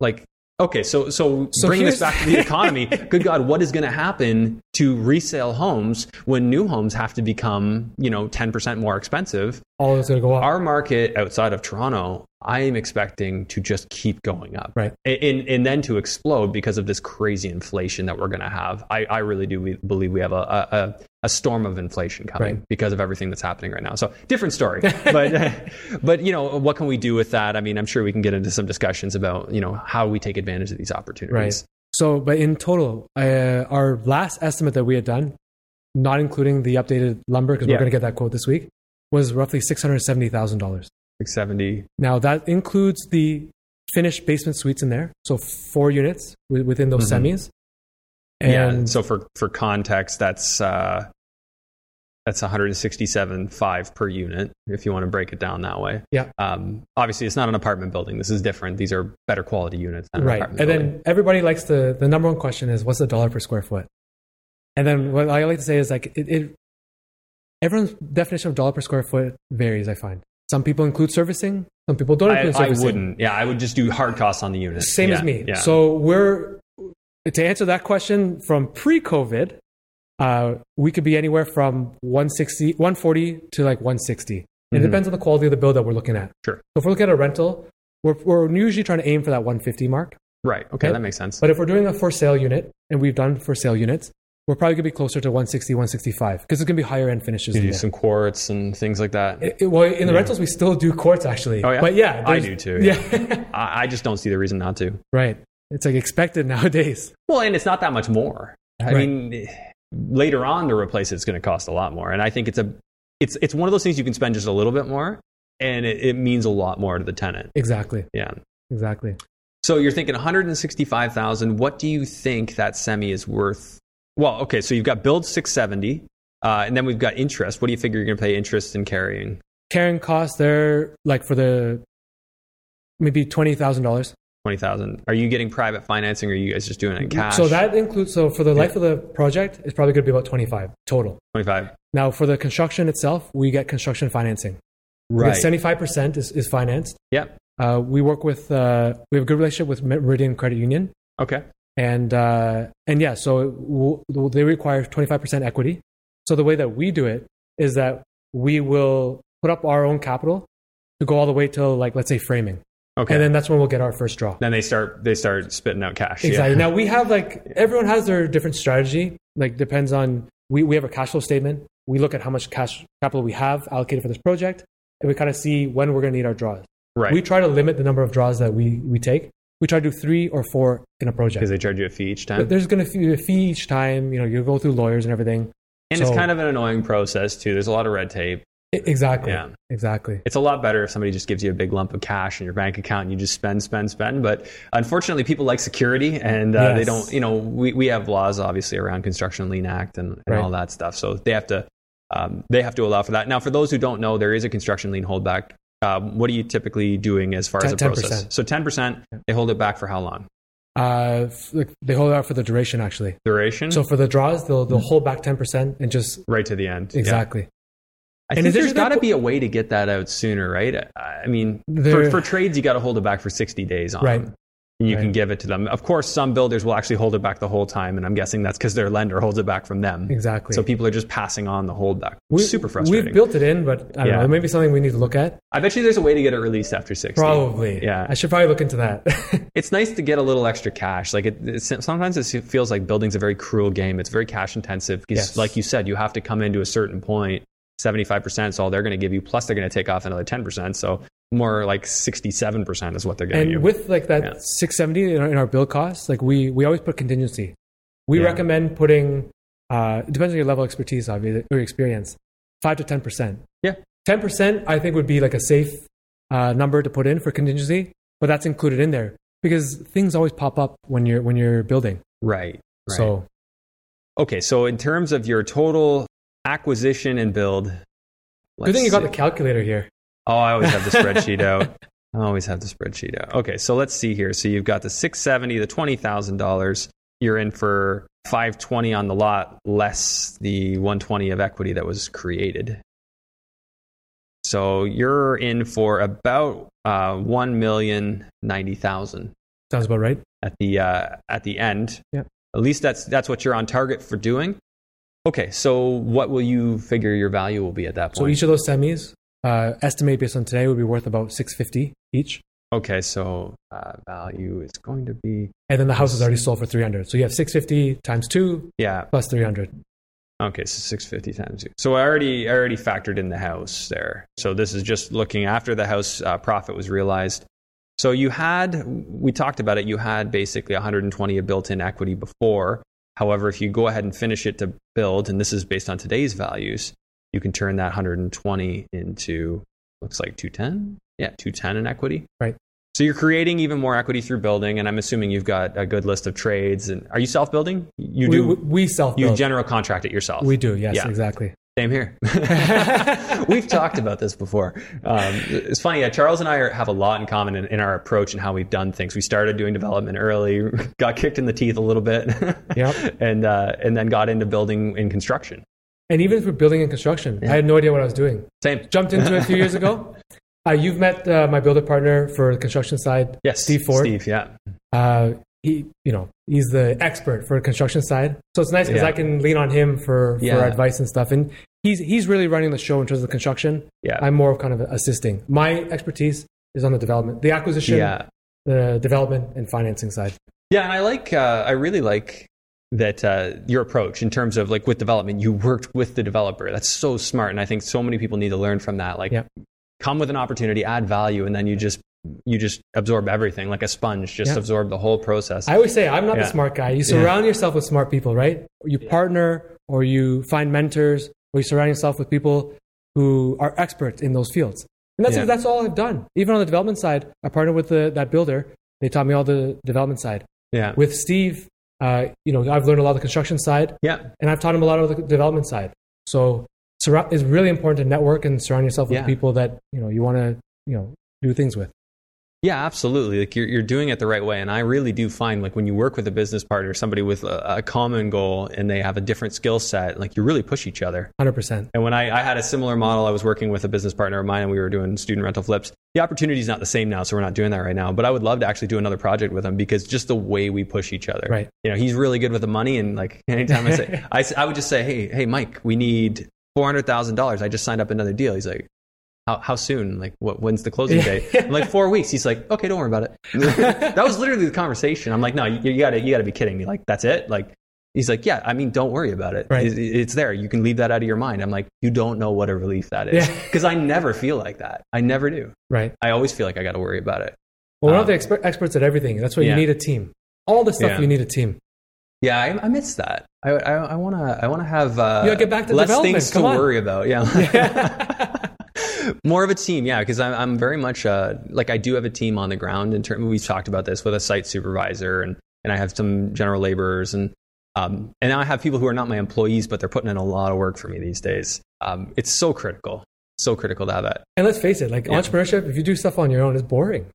Speaker 1: like okay so so,
Speaker 2: So
Speaker 1: bringing this
Speaker 2: here's-
Speaker 1: back to the economy good god what is going to happen to resale homes when new homes have to become you know 10% more expensive
Speaker 2: All is gonna go up.
Speaker 1: our market outside of Toronto, I am expecting to just keep going up.
Speaker 2: Right.
Speaker 1: A- And, and then to explode because of this crazy inflation that we're going to have. I, I really do we- believe we have a, a, a a storm of inflation coming
Speaker 2: Right.
Speaker 1: because of everything that's happening right now. So different story, but but you know what can we do with that? I mean, I'm sure we can get into some discussions about you know how we take advantage of these opportunities.
Speaker 2: So, but in total, uh, our last estimate that we had done, not including the updated lumber, because
Speaker 1: Yeah.
Speaker 2: we're going to get that quote this week, was roughly six hundred seventy thousand dollars.
Speaker 1: 670.
Speaker 2: Now that includes the finished basement suites in there, so four units wi- within those
Speaker 1: Mhm.
Speaker 2: semis. And
Speaker 1: yeah. So for for context, that's uh, that's 167.5 per unit if you want to break it down that way.
Speaker 2: Yeah.
Speaker 1: Um, obviously, it's not an apartment building. This is different. These are better quality units. Than an
Speaker 2: right,
Speaker 1: apartment
Speaker 2: and
Speaker 1: building.
Speaker 2: then everybody likes the the number one question is what's the dollar per square foot? And then what I like to say is like it, it everyone's definition of dollar per square foot varies. I find some people include servicing, some people don't
Speaker 1: I,
Speaker 2: include
Speaker 1: I
Speaker 2: servicing.
Speaker 1: wouldn't. Yeah, I would just do hard costs on the unit.
Speaker 2: Same as
Speaker 1: Yeah,
Speaker 2: me.
Speaker 1: Yeah.
Speaker 2: So we're to answer that question from pre-COVID, uh, we could be anywhere from 160, 140 to like 160. It
Speaker 1: Mhm.
Speaker 2: depends on the quality of the build that we're looking at.
Speaker 1: Sure.
Speaker 2: So if we're looking at a rental, we're, we're usually trying to aim for that 150 mark.
Speaker 1: right. Okay,
Speaker 2: Okay.
Speaker 1: that makes sense.
Speaker 2: But if we're doing a for sale unit, and we've done for sale units, we're probably going to be closer to 160, 165 because it's going to be higher end finishes.
Speaker 1: you
Speaker 2: in
Speaker 1: do
Speaker 2: there.
Speaker 1: some quartz and things like that.
Speaker 2: It- it- well, in the
Speaker 1: Yeah.
Speaker 2: rentals, we still do quartz actually.
Speaker 1: Oh, yeah?
Speaker 2: But yeah,
Speaker 1: I
Speaker 2: there's-
Speaker 1: do too, yeah.
Speaker 2: Yeah.
Speaker 1: I, I just don't see the reason not to.
Speaker 2: right. It's like expected nowadays.
Speaker 1: Well, and it's not that much more. I
Speaker 2: Right.
Speaker 1: mean, eh, later on to replace it's going to cost a lot more, and I think it's a it's it's one of those things you can spend just a little bit more, and it, it means a lot more to the tenant.
Speaker 2: Exactly.
Speaker 1: Yeah.
Speaker 2: Exactly.
Speaker 1: So you're thinking 165,000. What do you think that semi is worth? Well, okay, so you've got build 670, uh, and then we've got interest. What do you figure you're going to pay interest and carrying?
Speaker 2: carrying costs they're like for the maybe twenty thousand dollars.
Speaker 1: Twenty thousand. Are you getting private financing, or are you guys just doing it in cash?
Speaker 2: So that includes so for the life of the project, it's probably going to be about twenty five total.
Speaker 1: twenty-five.
Speaker 2: Now for the construction itself, we get construction financing. seventy five percent is is financed.
Speaker 1: Yep.
Speaker 2: Uh, we work with uh, we have a good relationship with Meridian Credit Union,
Speaker 1: Okay.
Speaker 2: and uh, and yeah, so it will- they require twenty five percent equity. So the way that we do it is that we will put up our own capital to go all the way till like let's say framing,
Speaker 1: Okay.
Speaker 2: and
Speaker 1: then,
Speaker 2: then that's when we'll get our first draw.
Speaker 1: they start they start spitting out cash. Yeah.
Speaker 2: Exactly. Now we have like everyone has their different strategy. Like depends on we, we have a cash flow statement. We look at how much cash capital we have allocated for this project, and we kind of see when we're going to need our draws.
Speaker 1: Right.
Speaker 2: We try to limit the number of draws that we we take. We try to do three or four in a
Speaker 1: because
Speaker 2: project.
Speaker 1: they charge you a fee each time,
Speaker 2: But there's going to be a fee each time. You know, you go through lawyers and everything.
Speaker 1: and it's
Speaker 2: so-
Speaker 1: kind of an annoying process too. There's a lot of red tape.
Speaker 2: I- E, exactly.
Speaker 1: Yeah.
Speaker 2: Exactly.
Speaker 1: It's a lot better if somebody just gives you a big lump of cash in your bank account and you just spend, spend, spend. But unfortunately, people like security, and uh, they
Speaker 2: Yes.
Speaker 1: don't. You know, we, we have laws obviously around Construction Lien Act and, and
Speaker 2: Right.
Speaker 1: all that stuff. So they have to um, they have to allow for that. Now, for those who don't know, there is a Construction Lien holdback. Um, what are you typically doing as far as a
Speaker 2: Ten-
Speaker 1: process?
Speaker 2: 10%.
Speaker 1: So ten percent, they hold it back for how long?
Speaker 2: Uh, f- like, they hold out for the duration actually.
Speaker 1: Duration.
Speaker 2: So for the draws, they'll they'll hold back ten percent and just
Speaker 1: right to the end. Yeah.
Speaker 2: exactly.
Speaker 1: I
Speaker 2: And
Speaker 1: think
Speaker 2: is there
Speaker 1: there's
Speaker 2: that
Speaker 1: got to
Speaker 2: po-
Speaker 1: be a way to get that out sooner, right? I, I mean, for,
Speaker 2: There-
Speaker 1: for trades, you got to hold it back for 60 days on.
Speaker 2: Right.
Speaker 1: them. And you can give it to them. Of course, some builders will actually hold it back the whole time, and I'm guessing that's because their lender holds it back from them.
Speaker 2: Exactly.
Speaker 1: So people are just passing on the holdback.
Speaker 2: We-
Speaker 1: Super frustrating.
Speaker 2: We've built it in, but I don't
Speaker 1: Yeah.
Speaker 2: know. It may be something we need to look at.
Speaker 1: I bet you there's a way to get it released after 60.
Speaker 2: Probably.
Speaker 1: Yeah.
Speaker 2: I should probably look into that.
Speaker 1: It's nice to get a little extra cash. Like it, it, sometimes it feels like building's a very cruel game. It's very cash intensive because,
Speaker 2: Yes.
Speaker 1: like you said, you have to come into a certain point. 75% is all they're going to give you, plus they're going to take off another 10%. So more like 67% is what they're going to
Speaker 2: and
Speaker 1: give
Speaker 2: with like that
Speaker 1: Yeah.
Speaker 2: 670 in our, in our bill costs, like we, we always put contingency. We
Speaker 1: Yeah.
Speaker 2: recommend putting, uh, it depends on your level of expertise, obviously, or experience, 5 to 10%.
Speaker 1: Yeah.
Speaker 2: 10%, I think, would be like a safe uh, number to put in for contingency, but that's included in there because things always pop up when you're, when you're building.
Speaker 1: Right. right.
Speaker 2: So
Speaker 1: Okay, so in terms of your total acquisition and build,
Speaker 2: good thing you got
Speaker 1: see.
Speaker 2: the calculator here.
Speaker 1: Oh, I always have the spreadsheet out. I always have the spreadsheet out. Okay, so let's see here. So you've got the six seventy, the twenty thousand dollars. You're in for five twenty on the lot, less the one twenty of equity that was created. So you're in for about uh, one million ninety thousand
Speaker 2: Sounds about right.
Speaker 1: at the uh, at the end.
Speaker 2: Yep.
Speaker 1: At least that's that's what you're on target for doing. Okay, so what will you figure your value will be at that
Speaker 2: So
Speaker 1: point?
Speaker 2: each of those semis, uh, estimate based on today, would be worth about six fifty each,
Speaker 1: okay, so uh, value is going to be
Speaker 2: and then the house is already sold for three hundred. So you have six fifty times two
Speaker 1: yeah.
Speaker 2: plus three hundred.
Speaker 1: Okay, so 650 times two. So I already I already factored in the house there. So this is just looking after the house uh, profit was realized. So you had we talked about it. You had basically 120 of built-in equity before. However, if you go ahead and finish it to build, and this is based on today's values, you can turn that 120 into looks like 210. Yeah, 210 in equity.
Speaker 2: Right.
Speaker 1: So you're creating even more equity through building, and I'm assuming you've got a good list of trades. And are you self-building? You do.
Speaker 2: We, we self
Speaker 1: you
Speaker 2: build.
Speaker 1: general contract it yourself.
Speaker 2: we do. Yes,
Speaker 1: Yeah.
Speaker 2: exactly.
Speaker 1: Same here. We've talked about this before. Um, it's funny. Yeah, Charles and I are, have a lot in common in, in our approach and how we've done things. We started doing development early, got kicked in the teeth a little bit,
Speaker 2: Yep.
Speaker 1: and uh, and then got into building and construction.
Speaker 2: And even for building and construction, I had no idea what I was doing.
Speaker 1: Same.
Speaker 2: Jumped into it a few years ago. Uh, you've met uh, my builder partner for the construction side,
Speaker 1: Yes,
Speaker 2: Steve Ford.
Speaker 1: Steve, yeah,
Speaker 2: Uh, he, you know, he's the expert for the construction side. So it's nice because
Speaker 1: Yeah.
Speaker 2: I can lean on him for, for
Speaker 1: Yeah.
Speaker 2: advice and stuff. And he's he's really running the show in terms of the construction.
Speaker 1: yeah,
Speaker 2: I'm more of kind of assisting. My expertise is on the development, the acquisition,
Speaker 1: yeah.
Speaker 2: the development, and financing side.
Speaker 1: Yeah, and I like, uh, I really like that uh, your approach in terms of like with development, you worked with the developer. That's so smart, and I think so many people need to learn from that. Like,
Speaker 2: Yeah.
Speaker 1: come with an opportunity, add value, and then you just you just absorb everything like a sponge. Just
Speaker 2: Yeah.
Speaker 1: absorb the whole process.
Speaker 2: I always say I'm not
Speaker 1: Yeah.
Speaker 2: the smart guy. You surround yourself with smart people, right? You partner or you find mentors or you surround yourself with people who are experts in those fields. And that's
Speaker 1: Yeah.
Speaker 2: that's all I've done. Even on the development side, I partnered with the, that builder. They taught me all the development side.
Speaker 1: yeah,
Speaker 2: With Steve, uh, you know, I've learned a lot of the construction side,
Speaker 1: yeah,
Speaker 2: and I've taught him a lot of the development side. So surra- it's really important to network and surround yourself with
Speaker 1: Yeah.
Speaker 2: people that you know you want to you know do things with.
Speaker 1: yeah. Absolutely. Like you're you're doing it the right way, and I really do find like when you work with a business partner, somebody with a, a common goal, and they have a different skill set, like you really push each other.
Speaker 2: Hundred percent.
Speaker 1: And when I, I had a similar model, I was working with a business partner of mine and we were doing student rental flips. The opportunity is not the same now, so we're not doing that right now. But I would love to actually do another project with him because just the way we push each other.
Speaker 2: Right.
Speaker 1: You know, he's really good with the money. And like anytime I say, I, s- I would just say, hey, hey, Mike, we need $400,000. I just signed up another deal. He's like, how, how soon? Like, what, when's the closing
Speaker 2: Yeah.
Speaker 1: date? I'm like, four weeks. He's like, okay, don't worry about it. that was literally the conversation. I'm like, no, you, you gotta, you gotta be kidding me. Like, that's it. Like, he's like, yeah, I mean, don't worry about it.
Speaker 2: Right.
Speaker 1: It's, it's there. You can leave that out of your mind. I'm like, you don't know what a relief that is.
Speaker 2: Yeah.
Speaker 1: Because I never feel like that. I never do.
Speaker 2: Right.
Speaker 1: I always feel like I gotta worry about it.
Speaker 2: Well, we're
Speaker 1: Um,
Speaker 2: not the exper- experts at everything. That's why
Speaker 1: yeah.
Speaker 2: you need a team. All the stuff
Speaker 1: Yeah.
Speaker 2: you need a team.
Speaker 1: Yeah, I, I miss that. I, I, I wanna, I wanna have uh,
Speaker 2: Yeah, get back to
Speaker 1: less
Speaker 2: development.
Speaker 1: things
Speaker 2: Come
Speaker 1: to
Speaker 2: on.
Speaker 1: worry about. Yeah. More of a team, yeah, because I'm, I'm very much uh, like I do have a team on the ground. In terms, we've talked about this with a site supervisor, and and I have some general laborers, and um, and now I have people who are not my employees, but they're putting in a lot of work for me these days. Um, it's so critical, so critical to have that.
Speaker 2: And let's face it, like entrepreneurship, if you do stuff on your own, it's boring.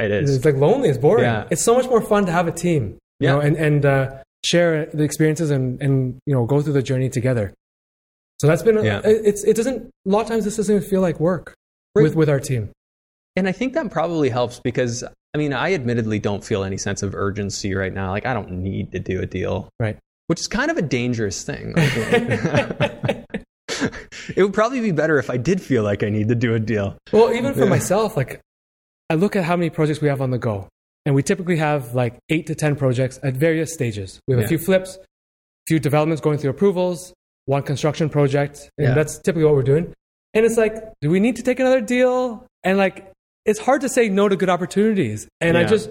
Speaker 1: It is.
Speaker 2: It's like lonely. It's boring.
Speaker 1: Yeah.
Speaker 2: It's so much more fun to have a team. You
Speaker 1: Yeah.
Speaker 2: know, and and uh, share the experiences and and you know go through the journey together. So that's been
Speaker 1: Yeah.
Speaker 2: it- it's it doesn't a lot of times this doesn't even feel like work
Speaker 1: Right.
Speaker 2: with with our team.
Speaker 1: And I think that probably helps because I mean, I admittedly don't feel any sense of urgency right now. Like I don't need to do a deal.
Speaker 2: Right.
Speaker 1: Which is kind of a dangerous thing. it would probably be better if I did feel like I need to do a deal.
Speaker 2: Well, even for
Speaker 1: Yeah.
Speaker 2: myself, like I look at how many projects we have on the go, and we typically have like eight to ten projects at various stages. We have
Speaker 1: Yeah.
Speaker 2: a few flips, a few developments going through approvals, one construction project, and
Speaker 1: Yeah.
Speaker 2: that's typically what we're doing. And it's like, do we need to take another deal? And like, it's hard to say no to good opportunities. And I
Speaker 1: Yeah.
Speaker 2: just,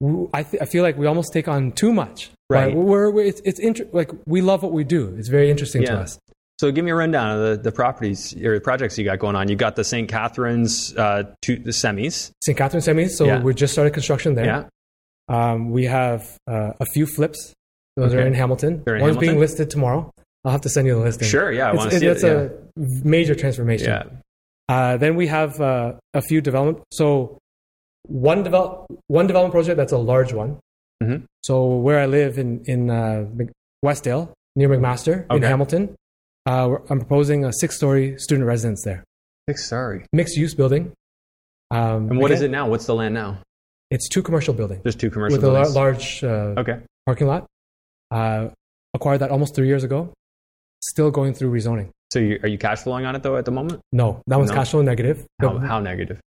Speaker 2: w- I, th- I feel like we almost take on too much.
Speaker 1: Right.
Speaker 2: Like, we're, we're- it's it's inter- like we love what we do. It's very interesting to
Speaker 1: Yeah.
Speaker 2: us.
Speaker 1: So give me a rundown of the, the properties or the projects you got going on. You got the St. Catharines uh, two, the semis.
Speaker 2: St. Catherine Semis. So
Speaker 1: Yeah.
Speaker 2: we just started construction there.
Speaker 1: Yeah.
Speaker 2: Um, we have uh, a few flips. Those are
Speaker 1: Okay.
Speaker 2: in Hamilton.
Speaker 1: They're in
Speaker 2: One's
Speaker 1: Hamilton?
Speaker 2: being listed tomorrow. I'll have to send you the listing.
Speaker 1: Sure. Yeah. I
Speaker 2: It's,
Speaker 1: want to see
Speaker 2: it's
Speaker 1: it.
Speaker 2: a major transformation.
Speaker 1: yeah.
Speaker 2: Uh, then we have uh, a few development. So one develop one development project that's a large one.
Speaker 1: Mhm.
Speaker 2: So where I live in in uh, Mc- Westdale near McMaster in
Speaker 1: Okay.
Speaker 2: Hamilton, uh, we're- I'm proposing a six story student residence there,
Speaker 1: Yeah. Sorry.
Speaker 2: mixed use building. Um,
Speaker 1: And what is it now? What's the land now?
Speaker 2: It's two commercial buildings
Speaker 1: There's two commercial
Speaker 2: with a lar-
Speaker 1: buildings.
Speaker 2: large uh,
Speaker 1: okay.
Speaker 2: parking lot. Uh, acquired that almost three years ago. Still going through rezoning.
Speaker 1: So you, are you cash flowing on it though at the moment?
Speaker 2: No, that one's
Speaker 1: No.
Speaker 2: cash flow negative.
Speaker 1: How,
Speaker 2: But
Speaker 1: how negative?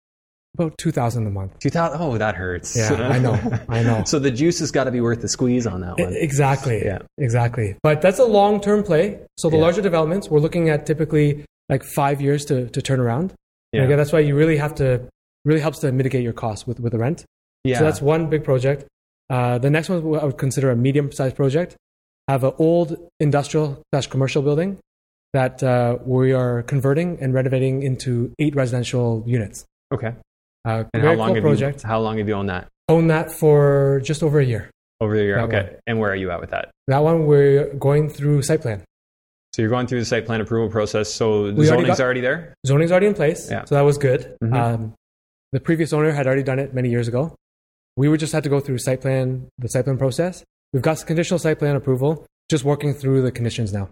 Speaker 2: about 2000 a month.
Speaker 1: 2000 Oh, that hurts.
Speaker 2: Yeah, I know. I know.
Speaker 1: so the juice has got to be worth the squeeze on that
Speaker 2: E-
Speaker 1: one.
Speaker 2: Exactly.
Speaker 1: Yeah.
Speaker 2: Exactly. But that's a long term play. So the
Speaker 1: Yeah.
Speaker 2: larger developments, we're looking at typically like five years to, to turn around. And
Speaker 1: Yeah.
Speaker 2: again, that's why you really have to, really helps to mitigate your costs with, with the rent.
Speaker 1: yeah.
Speaker 2: So that's one big project. Uh, the next one I would consider a medium sized project. I have an old industrial slash commercial building that uh, we are converting and renovating into eight residential units.
Speaker 1: okay.
Speaker 2: Uh,
Speaker 1: And
Speaker 2: very
Speaker 1: how long
Speaker 2: cool
Speaker 1: have
Speaker 2: project.
Speaker 1: you how long have you owned that
Speaker 2: Own that for just over a year.
Speaker 1: over the year?
Speaker 2: That
Speaker 1: okay.
Speaker 2: one.
Speaker 1: And where are you at with that?
Speaker 2: That one we're going through site plan.
Speaker 1: So you're going through the site plan approval process. So the
Speaker 2: We already
Speaker 1: zoning's
Speaker 2: got-
Speaker 1: already there.
Speaker 2: zoning's already in place,
Speaker 1: Yeah.
Speaker 2: so that was good.
Speaker 1: Mhm.
Speaker 2: Um, the previous owner had already done it many years ago. We would just had to go through site plan, the site plan process. We've got conditional site plan approval. Just working through the conditions now.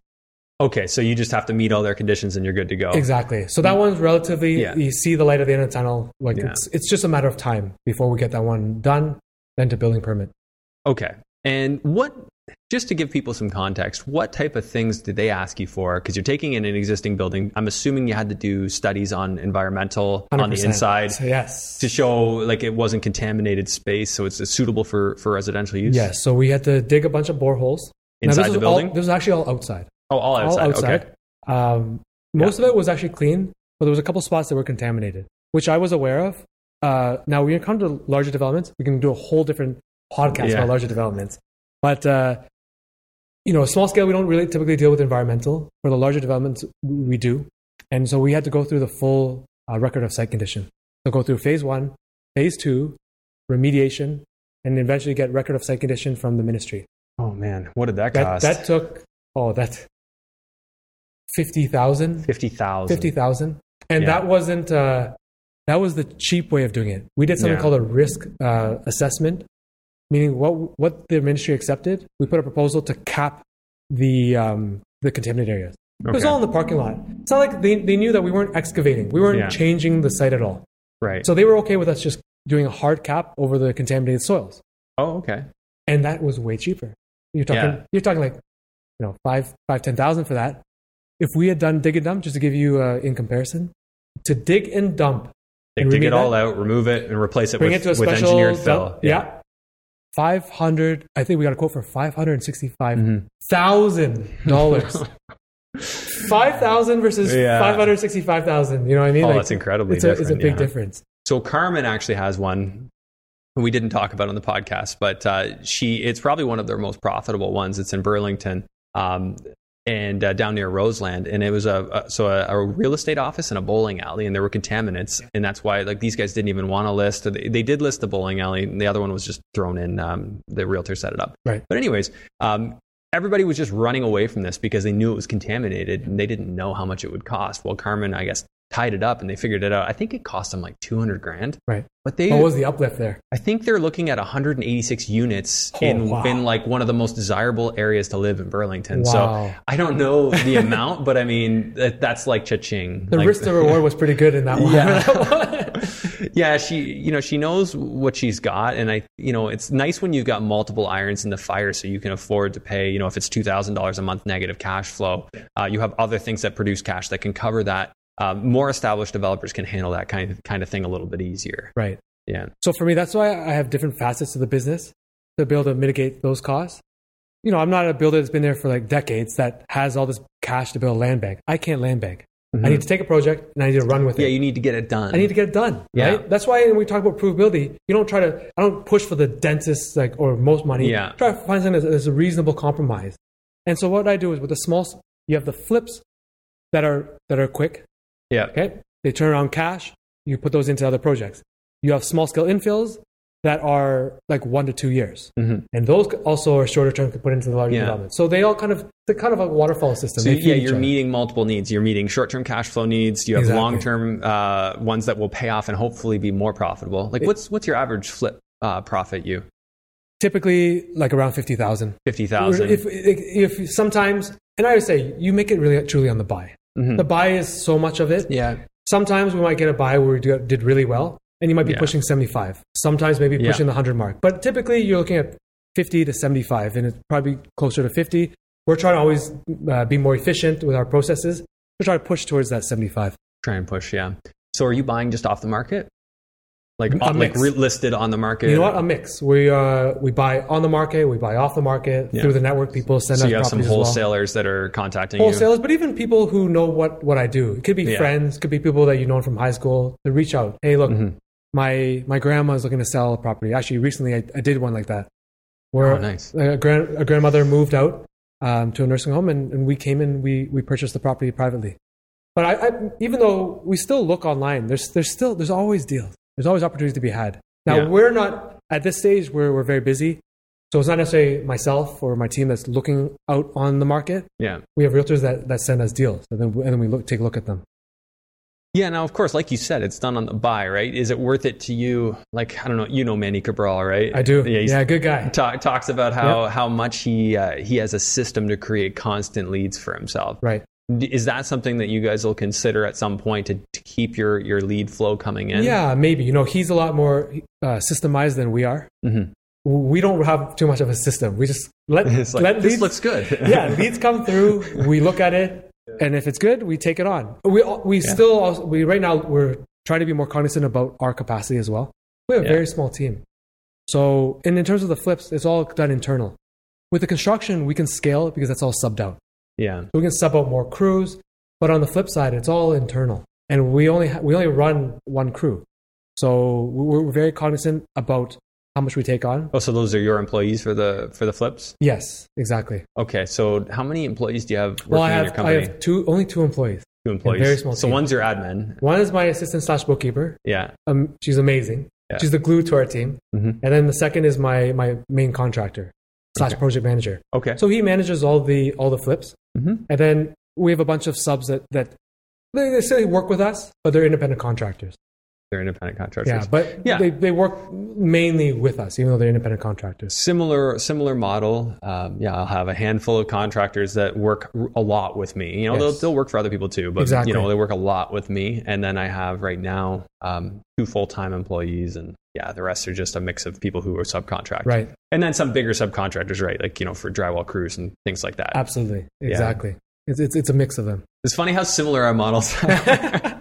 Speaker 1: Okay. So you just have to meet all their conditions and you're good to go.
Speaker 2: Exactly. So that one's relatively
Speaker 1: Oh. Yeah.
Speaker 2: you see the light at the end of the tunnel. Like
Speaker 1: Yeah.
Speaker 2: it's it's just a matter of time before we get that one done, then to building permit.
Speaker 1: Okay. And what, just to give people some context, what type of things did they ask you for? Because you're taking in an existing building. I'm assuming you had to do studies on environmental on the
Speaker 2: 100%.
Speaker 1: inside
Speaker 2: So yes.
Speaker 1: to show like it wasn't contaminated space, so it's suitable for for residential use.
Speaker 2: Yes. So we had to dig a bunch of boreholes. Now, this
Speaker 1: Inside the
Speaker 2: was all-
Speaker 1: building.
Speaker 2: this was actually all outside.
Speaker 1: oh, all outside.
Speaker 2: all outside.
Speaker 1: Okay.
Speaker 2: Um, most of it was actually clean, but there was a couple spots that were contaminated, which I was aware of. Uh, now, when you come to larger developments, we can do a whole different podcast
Speaker 1: Yeah.
Speaker 2: about larger developments. But uh, you know, small scale, we don't really typically deal with environmental. For the larger developments, we do, and so we had to go through the full uh, record of site condition. So go through phase one, phase two, remediation, and eventually get record of site condition from the ministry.
Speaker 1: Oh man, what did that,
Speaker 2: That,
Speaker 1: cost?
Speaker 2: that took oh that fifty thousand.
Speaker 1: fifty thousand.
Speaker 2: Fifty thousand. And
Speaker 1: Yeah.
Speaker 2: that wasn't uh, that was the cheap way of doing it. We did something
Speaker 1: Yeah.
Speaker 2: called a risk uh, assessment, meaning what what the ministry accepted. We put a proposal to cap the um, the contaminated areas. It was
Speaker 1: Okay.
Speaker 2: all in the parking lot. It's not like they, they knew that we weren't excavating. We weren't
Speaker 1: Yeah.
Speaker 2: changing the site at all.
Speaker 1: Right.
Speaker 2: So they were okay with us just doing a hard cap over the contaminated soils
Speaker 1: oh, okay.
Speaker 2: and that was way cheaper. You're talking,
Speaker 1: Yeah.
Speaker 2: you're talking like, you know, five, five, ten thousand for that. If we had done dig and dump, just to give you uh, in comparison, to dig and dump,
Speaker 1: They
Speaker 2: And
Speaker 1: dig
Speaker 2: remove
Speaker 1: it all
Speaker 2: that?
Speaker 1: out, remove it, and replace it
Speaker 2: bring
Speaker 1: with,
Speaker 2: it to a
Speaker 1: with
Speaker 2: special
Speaker 1: engineered
Speaker 2: dump-
Speaker 1: fill.
Speaker 2: yeah, five hundred. I think we got a quote for five hundred and sixty-five
Speaker 1: Mhm.
Speaker 2: thousand dollars. Five thousand versus
Speaker 1: Mm-hmm. Yeah.
Speaker 2: five hundred sixty-five thousand. You know what I mean?
Speaker 1: Oh, that's incredibly
Speaker 2: It's a, it's a
Speaker 1: different,
Speaker 2: big
Speaker 1: yeah.
Speaker 2: difference.
Speaker 1: So Carmen actually has one we didn't talk about on the podcast, but uh, she it's probably one of their most profitable ones. It's in Burlington um, and uh, down near Roseland, and it was a, a so a, a real estate office and a bowling alley, and there were contaminants, and that's why like these guys didn't even want to list. They, they did list the bowling alley, and the other one was just thrown in. Um, the realtor set it up,
Speaker 2: Right.
Speaker 1: But anyways. Um, Everybody was just running away from this because they knew it was contaminated and they didn't know how much it would cost. Well, Carmen, I guess, tied it up and they figured it out. I think it cost them like 200 grand.
Speaker 2: Right.
Speaker 1: But they,
Speaker 2: What was the uplift there?
Speaker 1: I think they're looking at 186 units
Speaker 2: Oh,
Speaker 1: in
Speaker 2: wow.
Speaker 1: in like one of the most desirable areas to live in Burlington.
Speaker 2: Wow.
Speaker 1: So I don't know the amount, but I mean that, that's like cha-ching.
Speaker 2: The
Speaker 1: Like-
Speaker 2: risk to reward was pretty good in that one.
Speaker 1: Yeah. yeah, she you know she knows what she's got, and I you know it's nice when you've got multiple irons in the fire, so you can afford to pay you know if it's two thousand dollars a month negative cash flow, uh, you have other things that produce cash that can cover that. Um, more established developers can handle that kind of kind of thing a little bit easier.
Speaker 2: right.
Speaker 1: Yeah.
Speaker 2: So for me, that's why I have different facets of the business to be able to mitigate those costs. You know, I'm not a builder that's been there for like decades that has all this cash to build a land bank. I can't land bank. I need to take a project and I need to run with
Speaker 1: Mm-hmm. Yeah,
Speaker 2: it.
Speaker 1: you need to get it done.
Speaker 2: I need to get it done.
Speaker 1: Yeah.
Speaker 2: Right. That's why when we talk about provability, you don't try to. I don't push for the densest like or most money.
Speaker 1: Yeah.
Speaker 2: Try to find something that's, that's a reasonable compromise. And so what I do is with the small, s- you have the flips that are that are quick.
Speaker 1: yeah.
Speaker 2: Okay. They turn around cash. You put those into other projects. You have small scale infills that are like one to two years.
Speaker 1: Mhm.
Speaker 2: And those also are shorter term to put into the larger
Speaker 1: Yeah.
Speaker 2: development. So they all kind of, they're kind of a waterfall system.
Speaker 1: So
Speaker 2: They feed
Speaker 1: yeah,
Speaker 2: each
Speaker 1: you're
Speaker 2: other.
Speaker 1: meeting multiple needs. You're meeting short-term cash flow needs. You have
Speaker 2: Exactly.
Speaker 1: long-term uh, ones that will pay off and hopefully be more profitable. Like, what's what's your average flip uh, profit? You
Speaker 2: typically like around 50,000.
Speaker 1: fifty
Speaker 2: If,
Speaker 1: thousand.
Speaker 2: if, if sometimes, and I always say you make it really truly on the buy.
Speaker 1: Mm-hmm.
Speaker 2: The buy is so much of it.
Speaker 1: Yeah,
Speaker 2: Sometimes we might get a buy where we do, did really well, and you might be
Speaker 1: Yeah.
Speaker 2: pushing 75. Sometimes maybe
Speaker 1: Yeah.
Speaker 2: pushing the 100 mark. But typically you're looking at 50 to 75, and it's probably closer to 50. We're trying to always uh, be more efficient with our processes. We're trying to push towards that 75.
Speaker 1: try and push. Yeah. So are you buying just off the market? Like,
Speaker 2: A
Speaker 1: on, like
Speaker 2: mix.
Speaker 1: re- listed on the market.
Speaker 2: You know what? A mix. We uh, we buy on the market, we buy off the market
Speaker 1: Yeah.
Speaker 2: through the network. People send
Speaker 1: So
Speaker 2: us
Speaker 1: you have some
Speaker 2: properties as well.
Speaker 1: wholesalers that are contacting
Speaker 2: wholesalers, but even people who know what what I do. It could be
Speaker 1: Yeah.
Speaker 2: friends, could be people that you know from high school. To reach out, hey, look,
Speaker 1: Mm-hmm.
Speaker 2: my my grandma's looking to sell a property. Actually, recently I, I did one like that, where
Speaker 1: Oh, nice.
Speaker 2: a, grand, a grandmother moved out um, to a nursing home, and, and we came in, we we purchased the property privately. But I, I even though we still look online, there's there's still there's always deals, there's always opportunities to be had. Now
Speaker 1: Yeah.
Speaker 2: we're not at this stage where we're very busy, so it's not necessarily myself or my team that's looking out on the market
Speaker 1: you. Yeah.
Speaker 2: we have realtors that, that send us deals and then, and then we look, take a look at them
Speaker 1: Yeah, now of course, like you said, it's done on the buy, right? Is it worth it to you? Like I don't know, you know Manny Cabral, right?
Speaker 2: i do
Speaker 1: Yeah,
Speaker 2: yeah,
Speaker 1: he's
Speaker 2: good guy
Speaker 1: Talk, talks about how how much he uh, he has a system to create constant leads for himself.
Speaker 2: right
Speaker 1: D- Is that something that you guys will consider at some point to, to keep your your lead flow coming in?
Speaker 2: yeah maybe you know he's a lot more uh, systemized than we are
Speaker 1: Mhm.
Speaker 2: we don't have too much of a system we just let,
Speaker 1: It's like,
Speaker 2: let
Speaker 1: this
Speaker 2: leads,
Speaker 1: looks good.
Speaker 2: yeah leads come through we look at it and if it's good we take it on we, al- we still also, we right now we're trying to be more cognizant about our capacity as well we have a
Speaker 1: Yeah.
Speaker 2: very small team so and in terms of the flips it's all done internal with the construction we can scale because that's all subbed out
Speaker 1: yeah,
Speaker 2: So we can sub out more crews, but on the flip side, it's all internal, and we only ha- we only run one crew, so we're we're very cognizant about how much we take on.
Speaker 1: Oh, so those are your employees for the for the flips.
Speaker 2: Yes, exactly.
Speaker 1: Okay, so how many employees do you have working
Speaker 2: Well, I
Speaker 1: in
Speaker 2: have
Speaker 1: your
Speaker 2: I
Speaker 1: company?
Speaker 2: have two only two employees.
Speaker 1: Two employees.
Speaker 2: very small
Speaker 1: so
Speaker 2: team.
Speaker 1: one's your admin.
Speaker 2: One is my assistant slash bookkeeper.
Speaker 1: Yeah.
Speaker 2: Um, she's amazing.
Speaker 1: Yeah.
Speaker 2: She's the glue to our team.
Speaker 1: Mhm.
Speaker 2: And then the second is my my main contractor slash project manager.
Speaker 1: Okay.
Speaker 2: So he manages all the all the flips,
Speaker 1: Mhm.
Speaker 2: and then we have a bunch of subs that that they, they say they work with us, but they're independent contractors.
Speaker 1: they're independent contractors.
Speaker 2: Yeah, but
Speaker 1: Yeah.
Speaker 2: They, they work mainly with us, even though they're independent contractors.
Speaker 1: similar similar model. Um, yeah, I'll have a handful of contractors that work r- a lot with me. You know, they'll
Speaker 2: Yes.
Speaker 1: they'll work for other people too, but
Speaker 2: Exactly.
Speaker 1: you know, they work a lot with me. And then I have right now um, two full time employees, and yeah, the rest are just a mix of people who are subcontract,
Speaker 2: Right.
Speaker 1: And then some bigger subcontractors, right? Like you know, for drywall crews and things like that.
Speaker 2: Absolutely. Exactly. It's, it's, it's a mix of them.
Speaker 1: It's funny how similar our models are.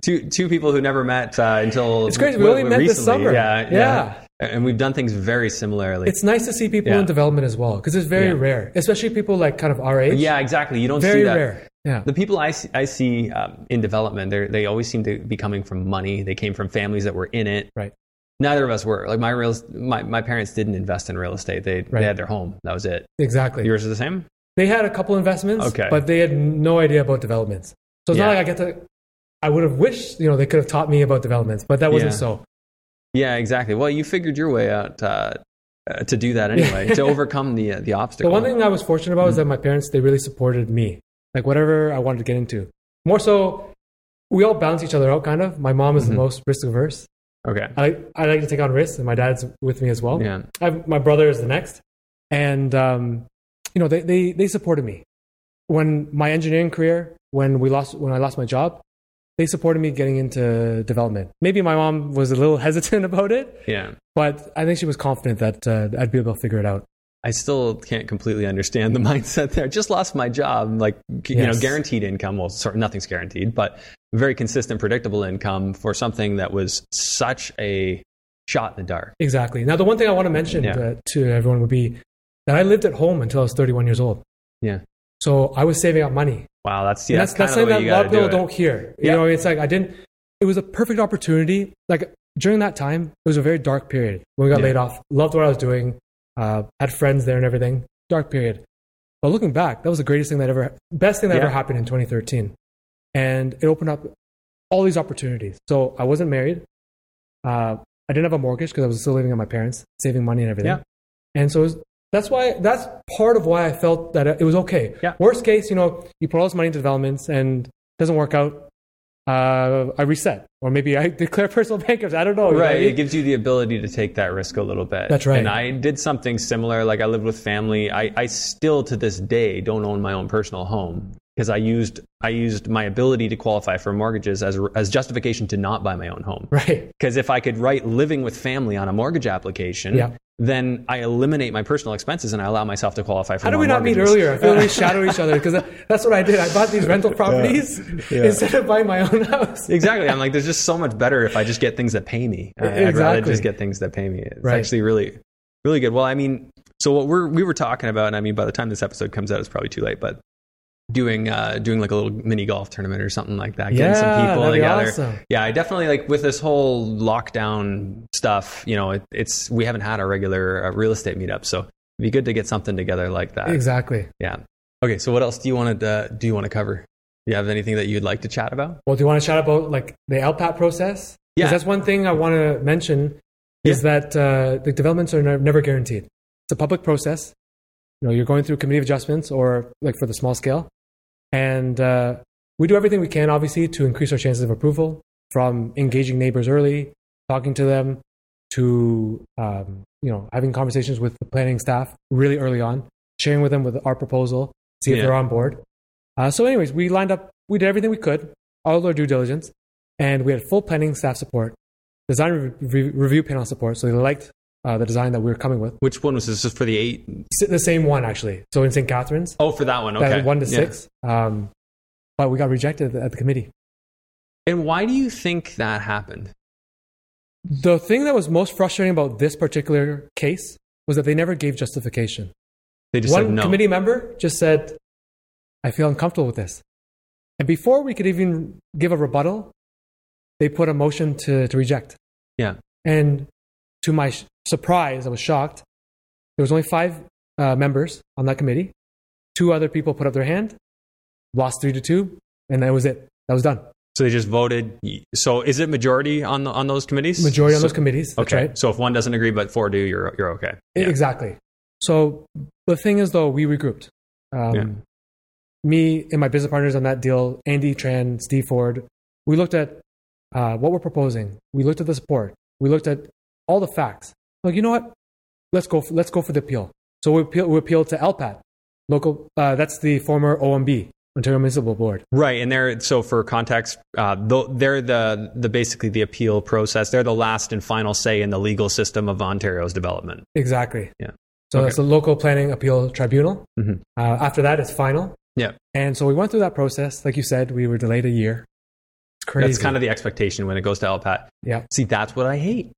Speaker 1: two two people who never met uh, until
Speaker 2: It's crazy. We only met this summer.
Speaker 1: Yeah,
Speaker 2: Yeah.
Speaker 1: and we've done things very similarly.
Speaker 2: It's nice to see people
Speaker 1: Yeah.
Speaker 2: in development as well, because it's very
Speaker 1: Yeah.
Speaker 2: rare, especially people like kind of our age.
Speaker 1: yeah, exactly. You don't see
Speaker 2: Very
Speaker 1: that.
Speaker 2: rare. Yeah.
Speaker 1: The people I see, I see um, in development, they they always seem to be coming from money. They came from families that were in it.
Speaker 2: Right.
Speaker 1: Neither of us were. Like my real, my, my parents didn't invest in real estate. They
Speaker 2: Right.
Speaker 1: they had their home. That was it.
Speaker 2: Exactly.
Speaker 1: Yours is the same.
Speaker 2: they had a couple investments,
Speaker 1: Okay.
Speaker 2: but they had no idea about developments. So it's
Speaker 1: Yeah.
Speaker 2: not like I get to, I would have wished, you know, they could have taught me about developments, but that wasn't
Speaker 1: Yeah.
Speaker 2: so.
Speaker 1: Yeah, exactly. Well, you figured your way out uh, uh, to do that anyway, to overcome the uh, the
Speaker 2: The
Speaker 1: obstacle.
Speaker 2: one thing I was fortunate about was that my parents they really supported me, like whatever I wanted to get into. More so, we all balance each other out, kind of. My mom is the most risk averse.
Speaker 1: okay.
Speaker 2: I like, I like to take on risks, and my dad's with me as well.
Speaker 1: Yeah.
Speaker 2: I, my brother is the next, and um, you know they, they they supported me when my engineering career when we lost when I lost my job. They supported me getting into development. Maybe my mom was a little hesitant about it,
Speaker 1: Yeah.
Speaker 2: but I think she was confident that uh, I'd be able to figure it out.
Speaker 1: I still can't completely understand the mindset there. Just lost my job, like gu- you know,
Speaker 2: Yes.
Speaker 1: guaranteed income. Well, sort nothing's guaranteed, but very consistent, predictable income for something that was such a shot in the dark.
Speaker 2: Exactly. Now, the one thing I want to mention
Speaker 1: Yeah.
Speaker 2: uh, to everyone would be that I lived at home until I was 31 years old.
Speaker 1: Yeah.
Speaker 2: So I was saving up money.
Speaker 1: Wow, that's
Speaker 2: And
Speaker 1: yeah, that's, kind of the way
Speaker 2: something
Speaker 1: you
Speaker 2: that a lot
Speaker 1: got
Speaker 2: of
Speaker 1: to do
Speaker 2: people
Speaker 1: it.
Speaker 2: don't hear. You
Speaker 1: Yeah.
Speaker 2: know, it's like I didn't, it was a perfect opportunity. Like during that time, it was a very dark period when we got
Speaker 1: Yeah.
Speaker 2: laid off. Loved what I was doing, uh, had friends there and everything. Dark period. But looking back, that was the greatest thing that ever, best thing that
Speaker 1: Yeah.
Speaker 2: ever happened in 2013. And it opened up all these opportunities. So I wasn't married. Uh, I didn't have a mortgage because I was still living at my parents, saving money and everything.
Speaker 1: Yeah.
Speaker 2: And so it was, that's why that's part of why I felt that it was okay.
Speaker 1: Yeah.
Speaker 2: Worst case, you know, you put all this money into developments and it doesn't work out. Uh, I reset, or maybe I declare personal bankruptcy. I don't know. you know what I
Speaker 1: Right,
Speaker 2: mean?
Speaker 1: it gives you the ability to take that risk a little bit.
Speaker 2: That's right.
Speaker 1: And I did something similar. Like I lived with family. I, I still to this day don't own my own personal home because I used I used my ability to qualify for mortgages as as justification to not buy my own home.
Speaker 2: Right.
Speaker 1: Because if I could write living with family on a mortgage application,
Speaker 2: Yeah.
Speaker 1: then I eliminate my personal expenses and I allow myself to qualify for.
Speaker 2: How do
Speaker 1: more
Speaker 2: we not meet
Speaker 1: mortgages.
Speaker 2: earlier? I feel like we shadow each other because that's what I did. I bought these rental properties
Speaker 3: Yeah.
Speaker 2: instead of buying my own house.
Speaker 1: Exactly. I'm like, there's just so much better if I just get things that pay me. I- I'd rather
Speaker 2: E-, Exactly.
Speaker 1: just get things that pay me. It's
Speaker 2: Right.
Speaker 1: actually really, really good. Well, I mean, so what we're we were talking about, and I mean, by the time this episode comes out, it's probably too late. But doing uh, doing like a little mini golf tournament or something like that, getting some people
Speaker 2: that'd be
Speaker 1: together.
Speaker 2: awesome.
Speaker 1: Yeah, I definitely like with this whole lockdown stuff. You know, it, it's we haven't had a regular uh, real estate meetup, so it'd be good to get something together like that.
Speaker 2: Exactly.
Speaker 1: Yeah. Okay. So what else do you want to uh, do? You want to cover? Do you have anything that you'd like to chat about?
Speaker 2: Well, do you want to chat about like the LPAT process? 'Cause
Speaker 1: Yeah.
Speaker 2: that's one thing I want to mention is that uh, the developments are ne- never guaranteed. It's a public process. You know, you're going through committee of adjustments or like for the small scale, and uh, we do everything we can, obviously, to increase our chances of approval from engaging neighbors early, talking to them, to um, you know having conversations with the planning staff really early on, sharing with them with our proposal, see if
Speaker 1: Yeah.
Speaker 2: they're on board. Uh, so, anyways, we lined up, we did everything we could, all our due diligence, and we had full planning staff support, design re- re- review panel support. So they liked uh, the design that we were coming with.
Speaker 1: Which one was this? Just for the eight?
Speaker 2: S- The same one actually. So in St. Catharines,
Speaker 1: Oh, for that one. Okay.
Speaker 2: that one to
Speaker 1: Yeah.
Speaker 2: six. Um, but we got rejected at the committee.
Speaker 1: And why do you think that happened?
Speaker 2: The thing that was most frustrating about this particular case was that they never gave justification.
Speaker 1: They just said
Speaker 2: One
Speaker 1: no.
Speaker 2: committee member just said, I feel uncomfortable with this. And before we could even give a rebuttal, they put a motion to, to reject.
Speaker 1: Yeah.
Speaker 2: And to my sh- surprise, I was shocked. There was only five uh, members on that committee. Two other people put up their hand, lost three to two, and that was it. That was done.
Speaker 1: So they just voted. So is it majority on the, on those committees?
Speaker 2: Majority on
Speaker 1: So-
Speaker 2: those committees. That's
Speaker 1: Okay.
Speaker 2: right.
Speaker 1: So if one doesn't agree but four do, you're you're okay.
Speaker 2: I-
Speaker 1: Yeah.
Speaker 2: E, Exactly. So the thing is, though, we regrouped. Um,
Speaker 1: Yeah.
Speaker 2: Me and my business partners on that deal, Andy Tran, Steve Ford, we looked at uh, what we're proposing. We looked at the support. We looked at all the facts. Like, you know what? Let's go. For, let's go for the appeal. So we appeal, we appealed to LPAT, local. Uh, that's the former OMB, Ontario Municipal Board.
Speaker 1: Right, and they're so for context, uh, tho- they're the the basically the appeal process. They're the last and final say in the legal system of Ontario's development.
Speaker 2: Exactly.
Speaker 1: Yeah.
Speaker 2: So
Speaker 1: Okay.
Speaker 2: it's the local planning appeal tribunal.
Speaker 1: Mhm.
Speaker 2: Uh, after that, it's final.
Speaker 1: Yeah,
Speaker 2: And so we went through that process. Like you said, we were delayed a year. It's crazy.
Speaker 1: that's kind of the expectation when it goes to LPAT.
Speaker 2: yeah,
Speaker 1: See, that's what I hate.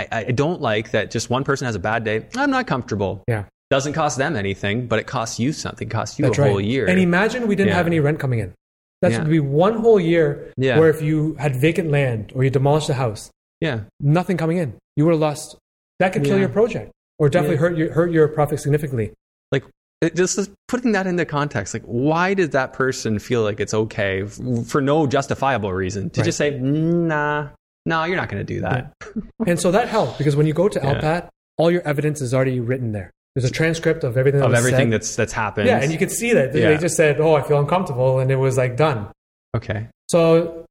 Speaker 1: I, I don't like that just one person has a bad day. I'm not comfortable.
Speaker 2: yeah.
Speaker 1: Doesn't cost them anything, but it costs you something. Costs you
Speaker 2: That's
Speaker 1: a
Speaker 2: right.
Speaker 1: whole year.
Speaker 2: And imagine we didn't
Speaker 1: Yeah.
Speaker 2: have any rent coming in. That
Speaker 1: Yeah.
Speaker 2: would be one whole year
Speaker 1: Yeah.
Speaker 2: where if you had vacant land or you demolished a house,
Speaker 1: yeah,
Speaker 2: nothing coming in. You would have lost. That could kill
Speaker 1: Yeah.
Speaker 2: your project or definitely
Speaker 1: Yeah.
Speaker 2: hurt your hurt your profit significantly.
Speaker 1: like it just is putting that into context like why does that person feel like it's okay f- for no justifiable reason to
Speaker 2: Right.
Speaker 1: just say nah nah you're not going to do that
Speaker 2: And so that helped because when you go to
Speaker 1: Yeah.
Speaker 2: LPAT, all your evidence is already written there. There's a transcript of everything that
Speaker 1: of
Speaker 2: was
Speaker 1: everything
Speaker 2: said.
Speaker 1: that's that's happened
Speaker 2: yeah, and you could see that they-
Speaker 1: Yeah.
Speaker 2: they just said, "Oh, I feel uncomfortable," and it was like done.
Speaker 1: okay
Speaker 2: So,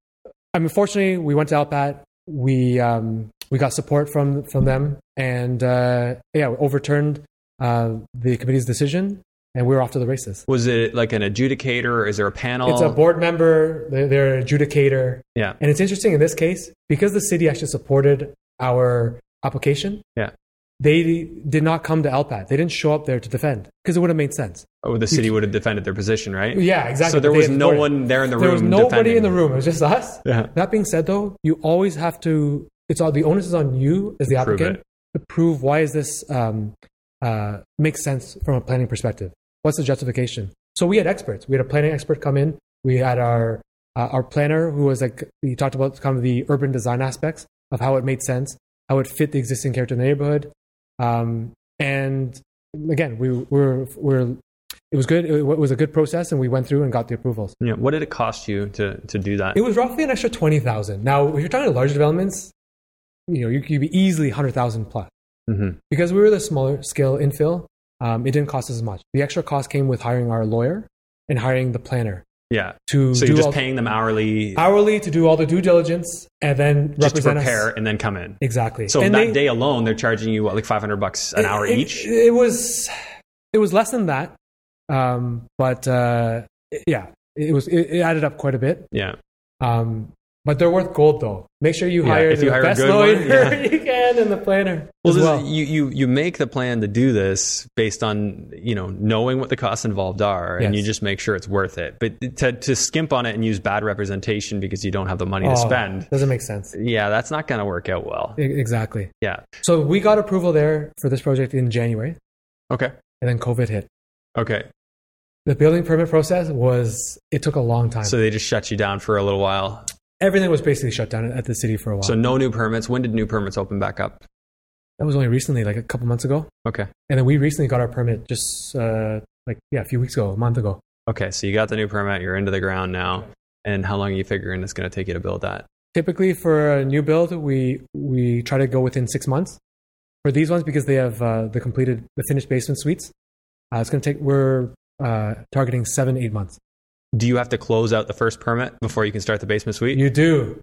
Speaker 2: I mean, fortunately, we went to Alpat. We um, we got support from from them, and uh, yeah, we overturned uh, the committee's decision, and we were off to the races.
Speaker 1: was it like an adjudicator or is there a panel
Speaker 2: It's a board member, they're, they're an adjudicator,
Speaker 1: Oh. yeah
Speaker 2: and it's interesting in this case because the city actually supported our application.
Speaker 1: Yeah.
Speaker 2: They did not come to Alpat. They didn't show up there to defend because it would have made sense.
Speaker 1: oh the city would have defended their position right
Speaker 2: Yeah, exactly.
Speaker 1: so there
Speaker 2: They
Speaker 1: was
Speaker 2: had
Speaker 1: no
Speaker 2: supported.
Speaker 1: one there in the
Speaker 2: there
Speaker 1: room
Speaker 2: was nobody
Speaker 1: defending.
Speaker 2: in the room. It was just us.
Speaker 1: Yeah.
Speaker 2: That being said, though, you always have to. It's all the onus is on you as the
Speaker 1: Prove
Speaker 2: applicant
Speaker 1: it.
Speaker 2: to prove why is this um, uh, makes sense from a planning perspective. What's the justification? So we had experts. We had a planning expert come in. We had our uh, our planner who was like he talked about kind of the urban design aspects of how it made sense, how it fit the existing character in the neighborhood, um, and again we were we're it was good. It was a good process, and we went through and got the approvals.
Speaker 1: yeah what did it cost you to to do that
Speaker 2: It was roughly an extra twenty thousand. Now, if you're talking large developments, you know you could be easily hundred thousand plus.
Speaker 1: mm-hmm.
Speaker 2: Because we were the smaller scale infill, um, it didn't cost us as much. The extra cost came with hiring our lawyer and hiring the planner
Speaker 1: yeah
Speaker 2: to
Speaker 1: so
Speaker 2: do
Speaker 1: you're just
Speaker 2: all,
Speaker 1: paying them hourly
Speaker 2: hourly to do all the due diligence and then
Speaker 1: just to
Speaker 2: represent
Speaker 1: prepare
Speaker 2: us
Speaker 1: and then come in
Speaker 2: exactly.
Speaker 1: so
Speaker 2: and
Speaker 1: that
Speaker 2: they-
Speaker 1: day alone they're charging you what, like 500 bucks an
Speaker 2: it-
Speaker 1: hour
Speaker 2: it-
Speaker 1: each
Speaker 2: It, was it was less than that, um, but uh, yeah, it was it, it added up quite a bit.
Speaker 1: yeah
Speaker 2: Um, But they're worth gold, though. Make sure you
Speaker 1: Yeah,
Speaker 2: hire
Speaker 1: if
Speaker 2: the
Speaker 1: you hire a
Speaker 2: best
Speaker 1: good
Speaker 2: lawyer
Speaker 1: one, yeah.
Speaker 2: you can and the planner
Speaker 1: Well,
Speaker 2: as
Speaker 1: this is-
Speaker 2: well.
Speaker 1: you you you make the plan to do this based on you know knowing what the costs involved are, and you
Speaker 2: Yes.
Speaker 1: just make sure it's worth it. But to to skimp on it and use bad representation because you don't have the money
Speaker 2: Oh,
Speaker 1: to spend,
Speaker 2: doesn't make sense.
Speaker 1: yeah, that's not going to work out well.
Speaker 2: E- Exactly.
Speaker 1: Yeah.
Speaker 2: So we got approval there for this project in January,
Speaker 1: Okay.
Speaker 2: and then COVID hit.
Speaker 1: Okay.
Speaker 2: The building permit process was it took a long time.
Speaker 1: So they just shut you down for a little while.
Speaker 2: Everything was basically shut down at the city for a while.
Speaker 1: So no new permits. When did new permits open back up?
Speaker 2: that was only recently, like a couple months ago.
Speaker 1: Okay.
Speaker 2: And then we recently got our permit just uh, like yeah, a few weeks ago, a month ago.
Speaker 1: Okay. So you got the new permit. You're into the ground now. And how long are you figuring it's going to take you to build that?
Speaker 2: Typically for a new build, we we try to go within six months. For these ones, because they have uh, the completed the finished basement suites, uh, it's going to take. We're uh, targeting seven eight months.
Speaker 1: Do you have to close out the first permit before you can start the basement suite?
Speaker 2: You do.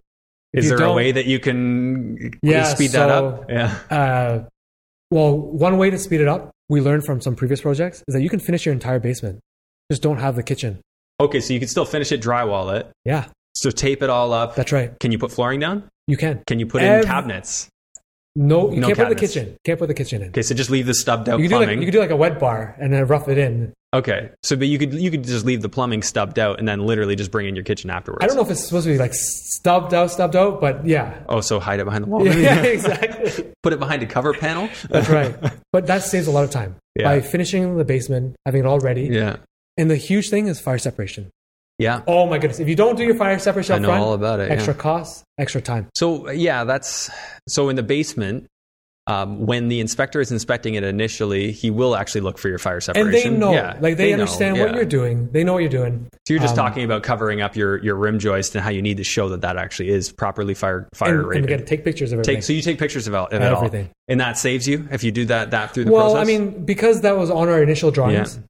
Speaker 1: Is
Speaker 2: you
Speaker 1: there a
Speaker 2: don't-
Speaker 1: way that you can
Speaker 2: Yeah,
Speaker 1: speed that up? Yeah.
Speaker 2: Uh, well, one way to speed it up, we learned from some previous projects, is that you can finish your entire basement. Just don't have the kitchen.
Speaker 1: Okay, so you can still finish it, drywall it.
Speaker 2: Yeah,
Speaker 1: So tape it all up.
Speaker 2: that's right.
Speaker 1: Can you put flooring down?
Speaker 2: You can.
Speaker 1: Can you put in
Speaker 2: Ev-
Speaker 1: cabinets?
Speaker 2: No, you
Speaker 1: No
Speaker 2: can't put the
Speaker 1: cabinets.
Speaker 2: kitchen. Can't put the kitchen in.
Speaker 1: Okay, so just leave the stubbed out
Speaker 2: You can, do like,
Speaker 1: plumbing.
Speaker 2: you can do like a wet bar and then rough it in.
Speaker 1: okay, so but you could you could just leave the plumbing stubbed out and then literally just bring in your kitchen afterwards.
Speaker 2: I don't know if it's supposed to be like stubbed out, stubbed out, but yeah.
Speaker 1: Oh, so hide it behind the wall.
Speaker 2: Yeah, exactly.
Speaker 1: Put it behind a cover panel.
Speaker 2: That's right. But that saves a lot of time
Speaker 1: Yeah.
Speaker 2: by finishing the basement, having it all ready.
Speaker 1: yeah.
Speaker 2: And the huge thing is fire separation.
Speaker 1: Yeah.
Speaker 2: Oh my goodness. If you don't do your fire separation
Speaker 1: I
Speaker 2: up
Speaker 1: know
Speaker 2: front,
Speaker 1: all about it. yeah.
Speaker 2: extra costs, extra time.
Speaker 1: So yeah, that's so in the basement. Um, when the inspector is inspecting it initially, he will actually look for your fire separation.
Speaker 2: and they know
Speaker 1: Yeah,
Speaker 2: like they,
Speaker 1: know,
Speaker 2: understand what
Speaker 1: yeah.
Speaker 2: you're doing they know what you're doing
Speaker 1: So you're just
Speaker 2: Um,
Speaker 1: talking about covering up your, your rim joist and how you need to show that that actually is properly fire fire
Speaker 2: and, and
Speaker 1: rated.
Speaker 2: again take pictures of everything
Speaker 1: take so you take pictures of, all- of it all.
Speaker 2: everything
Speaker 1: and that saves you if you do that that through the
Speaker 2: well
Speaker 1: process.
Speaker 2: i mean because that was on our initial drawings
Speaker 1: Yeah.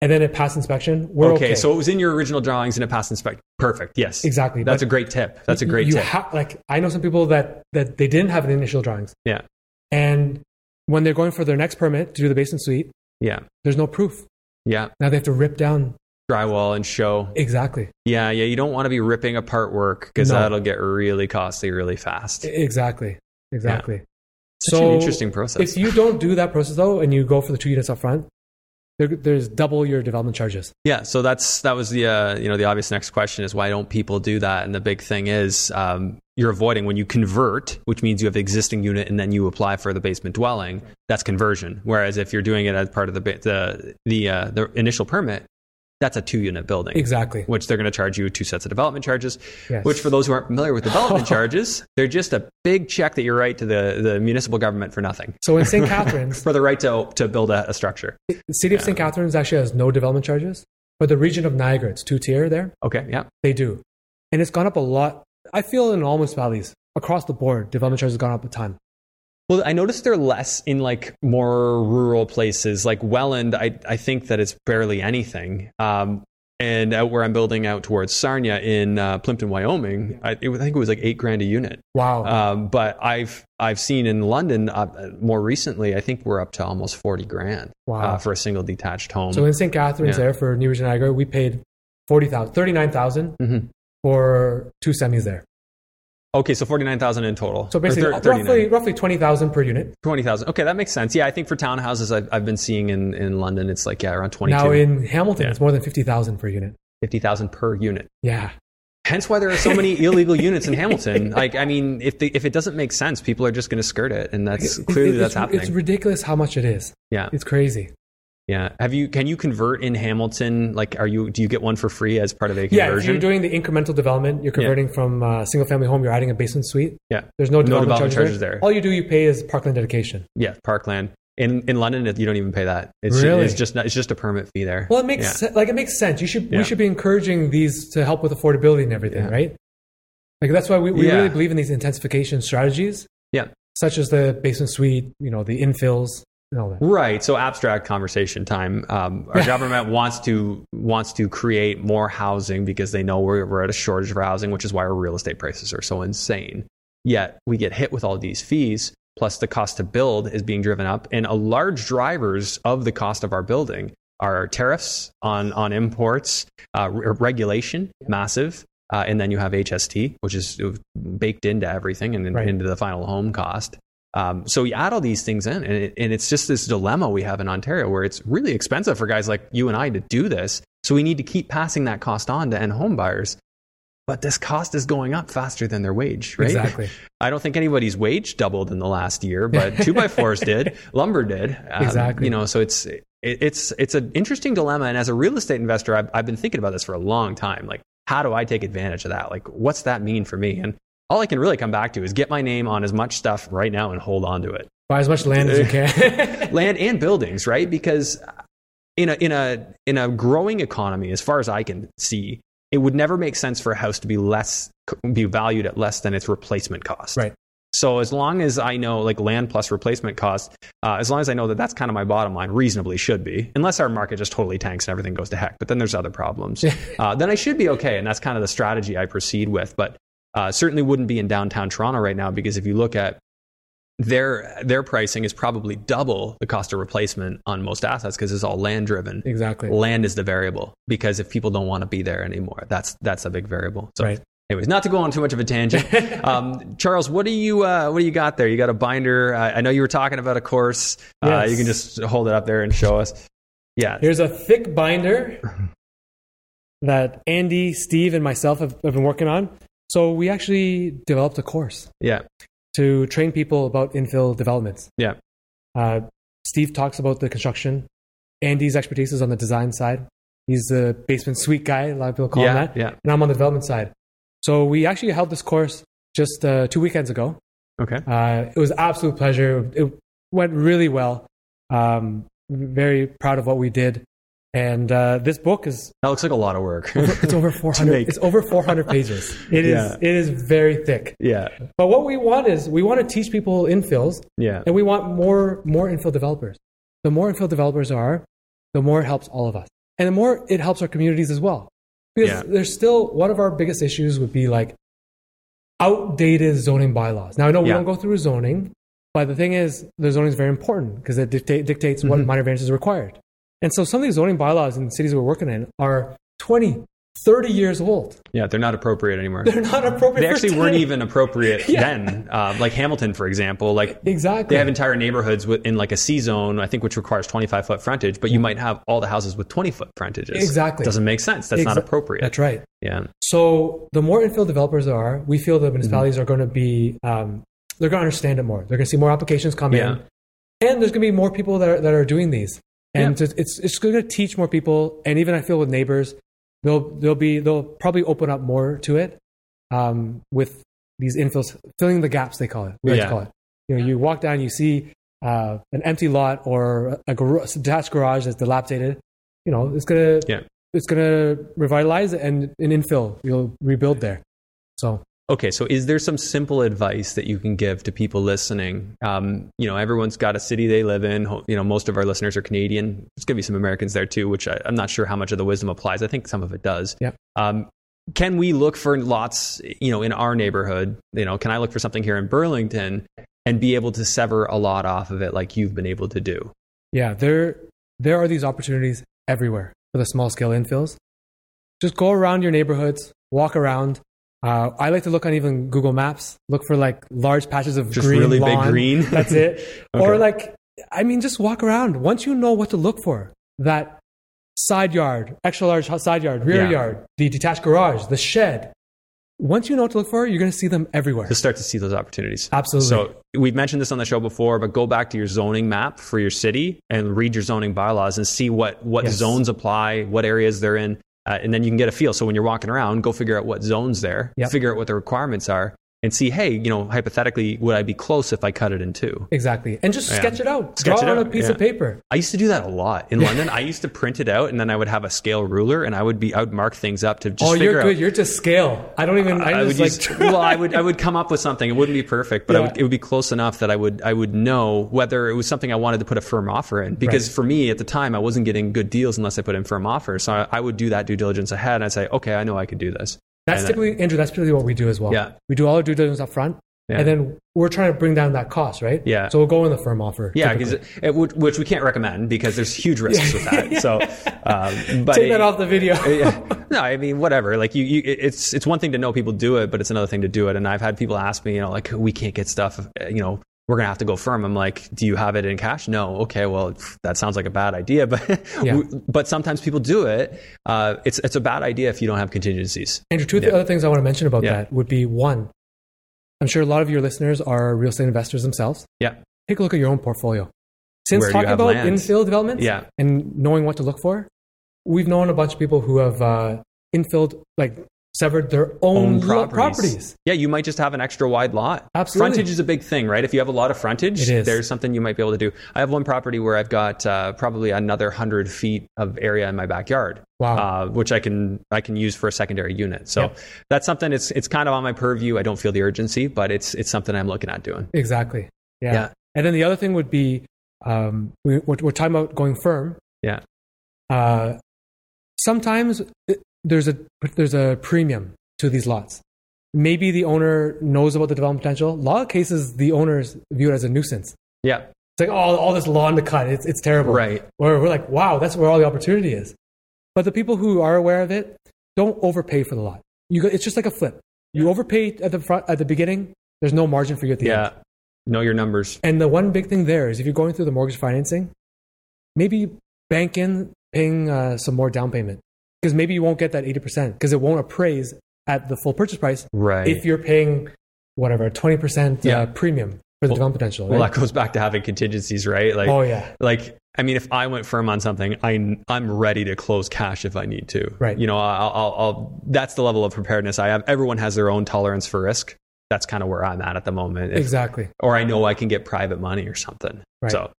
Speaker 2: and then it passed inspection we're okay,
Speaker 1: okay, so it was in your original drawings and it passed inspect. Perfect. Yes,
Speaker 2: exactly
Speaker 1: That's
Speaker 2: but
Speaker 1: a great tip. That's a great
Speaker 2: you
Speaker 1: tip.
Speaker 2: ha- like i know some people that that they didn't have an initial drawings
Speaker 1: Yeah.
Speaker 2: and when they're going for their next permit to do the basement suite
Speaker 1: yeah,
Speaker 2: there's no proof
Speaker 1: yeah.
Speaker 2: now they have to rip down
Speaker 1: Drywall and show.
Speaker 2: exactly
Speaker 1: Yeah, yeah. You don't want to be ripping apart work because
Speaker 2: No.
Speaker 1: that'll get really costly really fast.
Speaker 2: I- exactly exactly
Speaker 1: Such
Speaker 2: so
Speaker 1: an interesting process.
Speaker 2: if you don't do that process though and you go for the two units up front there, there's double your development charges
Speaker 1: Yeah, so that's that was the uh, you know the obvious next question is why don't people do that? And the big thing is um, you're avoiding when you convert, which means you have the existing unit and then you apply for the basement dwelling. That's conversion. Whereas if you're doing it as part of the ba- the the, uh, the initial permit, that's a two unit building.
Speaker 2: exactly
Speaker 1: Which they're going to charge you two sets of development charges.
Speaker 2: Yes.
Speaker 1: Which, for those who aren't familiar with development charges, they're just a big check that you write to the, the municipal government for nothing,
Speaker 2: So in St. Catharines,
Speaker 1: for the right to to build a, a structure.
Speaker 2: the city of St. Catharines actually has no development charges, but the region of Niagara, it's two tier there,
Speaker 1: Okay, yeah,
Speaker 2: they do. And it's gone up a lot. I feel in all municipalities across the board, development charges have gone up a ton.
Speaker 1: Well, I noticed they're less in like more rural places, like Welland. I I think that it's barely anything. Um, and out where I'm building out towards Sarnia in uh, Plimpton, Wyoming, I, it, was- I think it was like eight grand a unit.
Speaker 2: Wow.
Speaker 1: Um, but I've I've seen in London uh, more recently, I think we're up to almost forty grand
Speaker 2: Wow.
Speaker 1: uh, for a single detached home.
Speaker 2: Uh-huh. so in St. Catharines
Speaker 1: yeah.
Speaker 2: there for New Region Niagara, we paid 40,000, 39,000
Speaker 1: Mhm.
Speaker 2: for two semis there.
Speaker 1: okay, so forty nine thousand in total.
Speaker 2: So
Speaker 1: Or
Speaker 2: basically
Speaker 1: thir- 39.
Speaker 2: roughly, roughly 20,000 per unit.
Speaker 1: twenty thousand. Okay, that makes sense. Yeah, I think for townhouses, I've, I've been seeing in, in London, it's like yeah, around twenty
Speaker 2: Now
Speaker 1: two,
Speaker 2: in Hamilton,
Speaker 1: Yeah.
Speaker 2: it's more than 50,000 per unit.
Speaker 1: fifty thousand per unit.
Speaker 2: Yeah.
Speaker 1: Hence why there are so many illegal units in Hamilton. Like, I mean, if the, if it doesn't make sense, people are just going to skirt it, and that's
Speaker 2: It-
Speaker 1: clearly
Speaker 2: it-
Speaker 1: that's
Speaker 2: it's-
Speaker 1: happening.
Speaker 2: It's ridiculous how much it is.
Speaker 1: yeah,
Speaker 2: It's crazy.
Speaker 1: yeah. Have you can you convert in Hamilton? Like, are you do you get one for free as part of a
Speaker 2: Yeah, if
Speaker 1: conversion?
Speaker 2: you're doing the incremental development, you're converting from uh, single family home, you're adding a basement suite.
Speaker 1: Yeah.
Speaker 2: There's no development,
Speaker 1: development
Speaker 2: charges,
Speaker 1: charges
Speaker 2: there.
Speaker 1: there.
Speaker 2: All you do, you pay is parkland dedication.
Speaker 1: yeah, Parkland in in London, you don't even pay that. It's
Speaker 2: Really?
Speaker 1: it's just not, it's just a permit fee there.
Speaker 2: Well, it makes
Speaker 1: Yeah.
Speaker 2: se- like it makes sense. You should
Speaker 1: Yeah.
Speaker 2: we should be encouraging these to help with affordability and everything,
Speaker 1: Yeah.
Speaker 2: right? Like that's why we, we
Speaker 1: Yeah.
Speaker 2: really believe in these intensification strategies,
Speaker 1: yeah.
Speaker 2: such as the basement suite, you know, the infills and all that.
Speaker 1: Right. So abstract conversation time. Um, our government wants to wants to create more housing because they know we're, we're at a shortage for housing, which is why our real estate prices are so insane. Yet we get hit with all these fees, plus the cost to build is being driven up, and a large drivers of the cost of our building are tariffs on on imports, uh, re- regulation, massive. Uh, and then you have HST, which is baked into everything and then
Speaker 2: Right.
Speaker 1: into the final home cost. Um, so you add all these things in, and, it, and it's just this dilemma we have in Ontario where it's really expensive for guys like you and I to do this. So we need to keep passing that cost on to end home buyers. But this cost is going up faster than their wage, right?
Speaker 2: Exactly.
Speaker 1: I don't think anybody's wage doubled in the last year, but two by fours did, lumber did. Um,
Speaker 2: Exactly.
Speaker 1: You know, so it's it, it's it's an interesting dilemma. And as a real estate investor, I've, I've been thinking about this for a long time. Like, how do I take advantage of that? Like, what's that mean for me? And all I can really come back to is get my name on as much stuff right now and hold on to it
Speaker 2: Buy as much land as you can.
Speaker 1: land and buildings, right? Because in a in a in a growing economy, as far as I can see, it would never make sense for a house to be less be valued at less than its replacement cost.
Speaker 2: Right.
Speaker 1: So as long as I know, like land plus replacement cost, uh, as long as I know that that's kind of my bottom line, reasonably should be, unless our market just totally tanks and everything goes to heck. But then there's other problems. uh, then I should be okay, and that's kind of the strategy I proceed with. But uh, certainly wouldn't be in downtown Toronto right now because if you look at their their pricing is probably double the cost of replacement on most assets because it's all land driven.
Speaker 2: exactly.
Speaker 1: Land is the variable because if people don't want to be there anymore, that's that's a big variable. So,
Speaker 2: Right.
Speaker 1: anyways, not to go on too much of a tangent, um, Charles, what do you uh, what do you got there? You got a binder. Uh, I know you were talking about a course. Uh,
Speaker 2: Yes.
Speaker 1: you can just hold it up there and show us. Yeah,
Speaker 2: Here's a thick binder that Andy, Steve, and myself have, have been working on. So we actually developed a course
Speaker 1: yeah,
Speaker 2: to train people about infill developments.
Speaker 1: yeah,
Speaker 2: Uh, Steve talks about the construction. Andy's expertise is on the design side. He's the basement suite guy, a lot of people call
Speaker 1: Yeah,
Speaker 2: him that.
Speaker 1: yeah.
Speaker 2: And I'm on the development side. So we actually held this course just uh, two weekends ago.
Speaker 1: okay,
Speaker 2: Uh, it was an absolute pleasure. It went really well. Um, very proud of what we did. And uh, this book is
Speaker 1: that looks like a lot of work.
Speaker 2: it's over 400
Speaker 1: make.
Speaker 2: it's over 400 pages. It is
Speaker 1: Yeah.
Speaker 2: it is very thick.
Speaker 1: yeah,
Speaker 2: But what we want is we want to teach people infills
Speaker 1: yeah,
Speaker 2: and we want more more infill developers. The more infill developers are, the more it helps all of us, and the more it helps our communities as well. Because
Speaker 1: Yeah.
Speaker 2: there's still one of our biggest issues would be like outdated zoning bylaws. Now I know we
Speaker 1: Yeah.
Speaker 2: don't go through zoning, but the thing is, the zoning is very important because it dictate, dictates
Speaker 1: Mm-hmm.
Speaker 2: what minor variances are required. And so some of these zoning bylaws in cities we're working in are 20, 30 years old.
Speaker 1: yeah. They're not appropriate anymore.
Speaker 2: They're not appropriate.
Speaker 1: they
Speaker 2: for
Speaker 1: actually weren't
Speaker 2: today.
Speaker 1: even appropriate
Speaker 2: Yeah.
Speaker 1: then. Uh, like Hamilton, for example, like
Speaker 2: exactly.
Speaker 1: they have entire neighborhoods with- in like a C zone, I think, which requires 25 foot frontage, but you might have all the houses with 20 foot frontages.
Speaker 2: Mm-hmm. Exactly.
Speaker 1: Doesn't make sense. That's not
Speaker 2: Exa-
Speaker 1: appropriate.
Speaker 2: That's right.
Speaker 1: Yeah.
Speaker 2: So the more infill developers there are, we feel the municipalities are going to be um, they're going to understand it more. They're going to see more applications come
Speaker 1: Yeah.
Speaker 2: in, and there's going to be more people that are that are doing these, and it's- it's it's going to teach more people. And even I feel with neighbors, they'll they'll be they'll probably open up more to it um, with these infills filling the gaps they call it. We like
Speaker 1: Yeah.
Speaker 2: to call it. You know, you walk down, you see uh, an empty lot or a, gar- detached garage that's dilapidated. You know, it's gonna
Speaker 1: Yeah.
Speaker 2: it's gonna revitalize it and, and infill. You'll rebuild there. So
Speaker 1: Okay. So is there some simple advice that you can give to people listening? Um, you know, everyone's got a city they live in. Ho- You know, most of our listeners are Canadian. There's going to be some Americans there too, which I, I'm not sure how much of the wisdom applies. I think some of it does.
Speaker 2: Yep.
Speaker 1: Um, can we look for lots, you know, in our neighborhood? You know, can I look for something here in Burlington and be able to sever a lot off of it like you've been able to do?
Speaker 2: yeah, there there are these opportunities everywhere for the small scale infills. Just go around your neighborhoods, walk around. Uh, I like to look on even Google Maps. Look for like large patches of
Speaker 1: Just
Speaker 2: green
Speaker 1: really big
Speaker 2: lawn.
Speaker 1: green?
Speaker 2: That's it. Or
Speaker 1: Okay.
Speaker 2: like, I mean, just walk around. Once you know what to look for, that side yard, extra large ho- side yard, rear
Speaker 1: Yeah.
Speaker 2: yard, the detached garage, the shed. Once you know what to look for, you're going to see them everywhere.
Speaker 1: to start to see those opportunities.
Speaker 2: Absolutely.
Speaker 1: So we've mentioned this on the show before, but go back to your zoning map for your city and read your zoning bylaws and see what what
Speaker 2: Yes.
Speaker 1: zones apply, what areas they're in, uh, and then you can get a feel. So when you're walking around, go figure out what zones there,
Speaker 2: Yep.
Speaker 1: figure out what the requirements are, and see. Hey, you know, hypothetically, would I be close if I cut it in two?
Speaker 2: exactly. And just
Speaker 1: Yeah.
Speaker 2: sketch it out.
Speaker 1: Sketch
Speaker 2: Draw
Speaker 1: it
Speaker 2: it on a
Speaker 1: out,
Speaker 2: piece
Speaker 1: yeah.
Speaker 2: of paper.
Speaker 1: I used to do that a lot in London. I used to print it out, and then I would have a scale ruler, and I would be I would mark things up to just
Speaker 2: oh,
Speaker 1: figure
Speaker 2: you're
Speaker 1: out.
Speaker 2: good. You're to scale. I don't even, I,
Speaker 1: I would
Speaker 2: just
Speaker 1: use,
Speaker 2: like,
Speaker 1: well, I would I would come up with something. It wouldn't be perfect, but I
Speaker 2: Yeah.
Speaker 1: would, it would be close enough that I would I would know whether it was something I wanted to put a firm offer in. Because for me at the time, I wasn't getting good deals unless I put in firm offers. So I, I would do that due diligence ahead, and I'd say, okay, I know I could do this.
Speaker 2: that's
Speaker 1: And I-
Speaker 2: typically, Andrew, that's typically what we do as well.
Speaker 1: Yeah.
Speaker 2: We do all our due diligence up front.
Speaker 1: Yeah.
Speaker 2: And then we're trying to bring down that cost, right?
Speaker 1: Yeah.
Speaker 2: So we'll go in the firm offer.
Speaker 1: Yeah, because
Speaker 2: typically.
Speaker 1: it, would- which we can't recommend because there's huge risks with that. So, um, but
Speaker 2: take
Speaker 1: it-
Speaker 2: that off the video.
Speaker 1: yeah. No, I mean whatever. Like you, you, it's it's one thing to know people do it, but it's another thing to do it. And I've had people ask me, you know, like we can't get stuff. uh, You know, we're gonna have to go firm. I'm like, do you have it in cash? No. Okay. Well, pff, that sounds like a bad idea. But
Speaker 2: Yeah.
Speaker 1: w- but sometimes people do it. Uh, it's it's a bad idea if you don't have contingencies.
Speaker 2: Andrew, two of the
Speaker 1: Yeah.
Speaker 2: other things I want to mention about
Speaker 1: Yeah.
Speaker 2: that would be one, I'm sure a lot of your listeners are real estate investors themselves.
Speaker 1: Yeah.
Speaker 2: Take a look at your own portfolio. Since
Speaker 1: Where do you
Speaker 2: talking
Speaker 1: have
Speaker 2: about
Speaker 1: land?
Speaker 2: infill developments
Speaker 1: Yeah.
Speaker 2: and knowing what to look for, we've known a bunch of people who have uh, infilled, like severed their own,
Speaker 1: Own properties.
Speaker 2: lo- properties.
Speaker 1: Yeah, you might just have an extra wide lot.
Speaker 2: Absolutely.
Speaker 1: Frontage is a big thing, right? If you have a lot of frontage,
Speaker 2: It is.
Speaker 1: there's something you might be able to do. I have one property where I've got uh, probably another 100 feet of area in my backyard.
Speaker 2: Wow.
Speaker 1: uh, which I can I can use for a secondary unit. So
Speaker 2: Yep.
Speaker 1: that's something. It's it's kind of on my purview. I don't feel the urgency, but it's it's something I'm looking at doing.
Speaker 2: exactly. Yeah.
Speaker 1: Yeah.
Speaker 2: And then the other thing would be um, we, we're, we're talking about going firm.
Speaker 1: Yeah.
Speaker 2: Uh, sometimes it- there's a there's a premium to these lots. Maybe the owner knows about the development potential. A lot of cases, the owners view it as a nuisance.
Speaker 1: Yeah,
Speaker 2: It's like, oh, all this lawn to cut. It's, it's terrible.
Speaker 1: right.
Speaker 2: Or we're like, wow, that's where all the opportunity is. But the people who are aware of it don't overpay for the lot. You go, it's just like a flip. You overpay at the front, at the beginning. There's no margin for you at the end.
Speaker 1: Yeah, know your numbers.
Speaker 2: And the one big thing there is if you're going through the mortgage financing, maybe bank in paying uh, some more down payment because maybe you won't get that 80% because it won't appraise at the full purchase price
Speaker 1: Right.
Speaker 2: if you're paying whatever 20%
Speaker 1: Yeah.
Speaker 2: uh, premium for the development potential.
Speaker 1: well,
Speaker 2: right?
Speaker 1: that goes back to having contingencies, right? Like
Speaker 2: oh, yeah.
Speaker 1: like I mean, if I went firm on something, I I'm ready to close cash if I need to.
Speaker 2: Right.
Speaker 1: You know, I'll, I'll, I'll that's the level of preparedness I have. Everyone has their own tolerance for risk. That's kind of where I'm at at the moment. If-
Speaker 2: Exactly.
Speaker 1: or I know I can get private money or something.
Speaker 2: Right.
Speaker 1: So,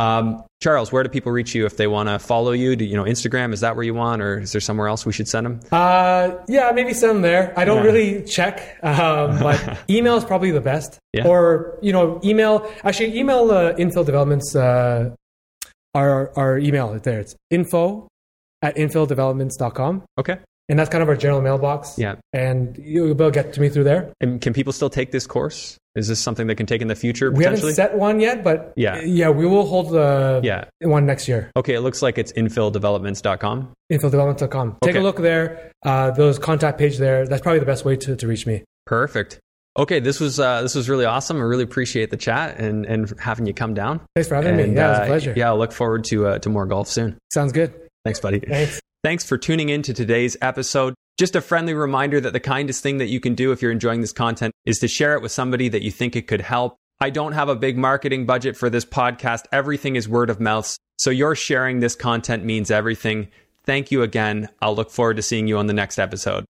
Speaker 1: um, Charles, where do people reach you if they want to follow you? Do you know Instagram? Is that where you want, or is there somewhere else we should send them?
Speaker 2: Uh, yeah, maybe some there. I don't
Speaker 1: Yeah.
Speaker 2: really check, um, but email is probably the best.
Speaker 1: Yeah.
Speaker 2: Or you know, email. Actually, email uh, Infill Developments. Uh, our our email is there. It's info at infilldevelopments.com.
Speaker 1: Okay.
Speaker 2: and that's kind of our general mailbox.
Speaker 1: Yeah.
Speaker 2: and you'll be able to get to me through there.
Speaker 1: And can people still take this course? Is this something they can take in the future
Speaker 2: We haven't
Speaker 1: potentially?
Speaker 2: set one yet, but
Speaker 1: Yeah.
Speaker 2: yeah, we will hold the
Speaker 1: yeah.
Speaker 2: one next year.
Speaker 1: Okay. It looks like it's infilldevelopments.com.
Speaker 2: Infilldevelopments.com. Take
Speaker 1: Okay.
Speaker 2: a look there. Uh, those contact page there. That's probably the best way to, to reach me.
Speaker 1: Perfect. Okay, this was uh, this was really awesome. I really appreciate the chat and, and having you come down.
Speaker 2: Thanks for having
Speaker 1: And,
Speaker 2: me. Yeah, it was
Speaker 1: uh,
Speaker 2: a pleasure.
Speaker 1: Yeah, I look forward to uh, to more golf soon.
Speaker 2: Sounds good.
Speaker 1: Thanks, buddy.
Speaker 2: Thanks.
Speaker 1: Thanks for tuning in to today's episode. Just a friendly reminder that the kindest thing that you can do if you're enjoying this content is to share it with somebody that you think it could help. I don't have a big marketing budget for this podcast. Everything is word of mouth. So your sharing this content means everything. Thank you again. I'll look forward to seeing you on the next episode.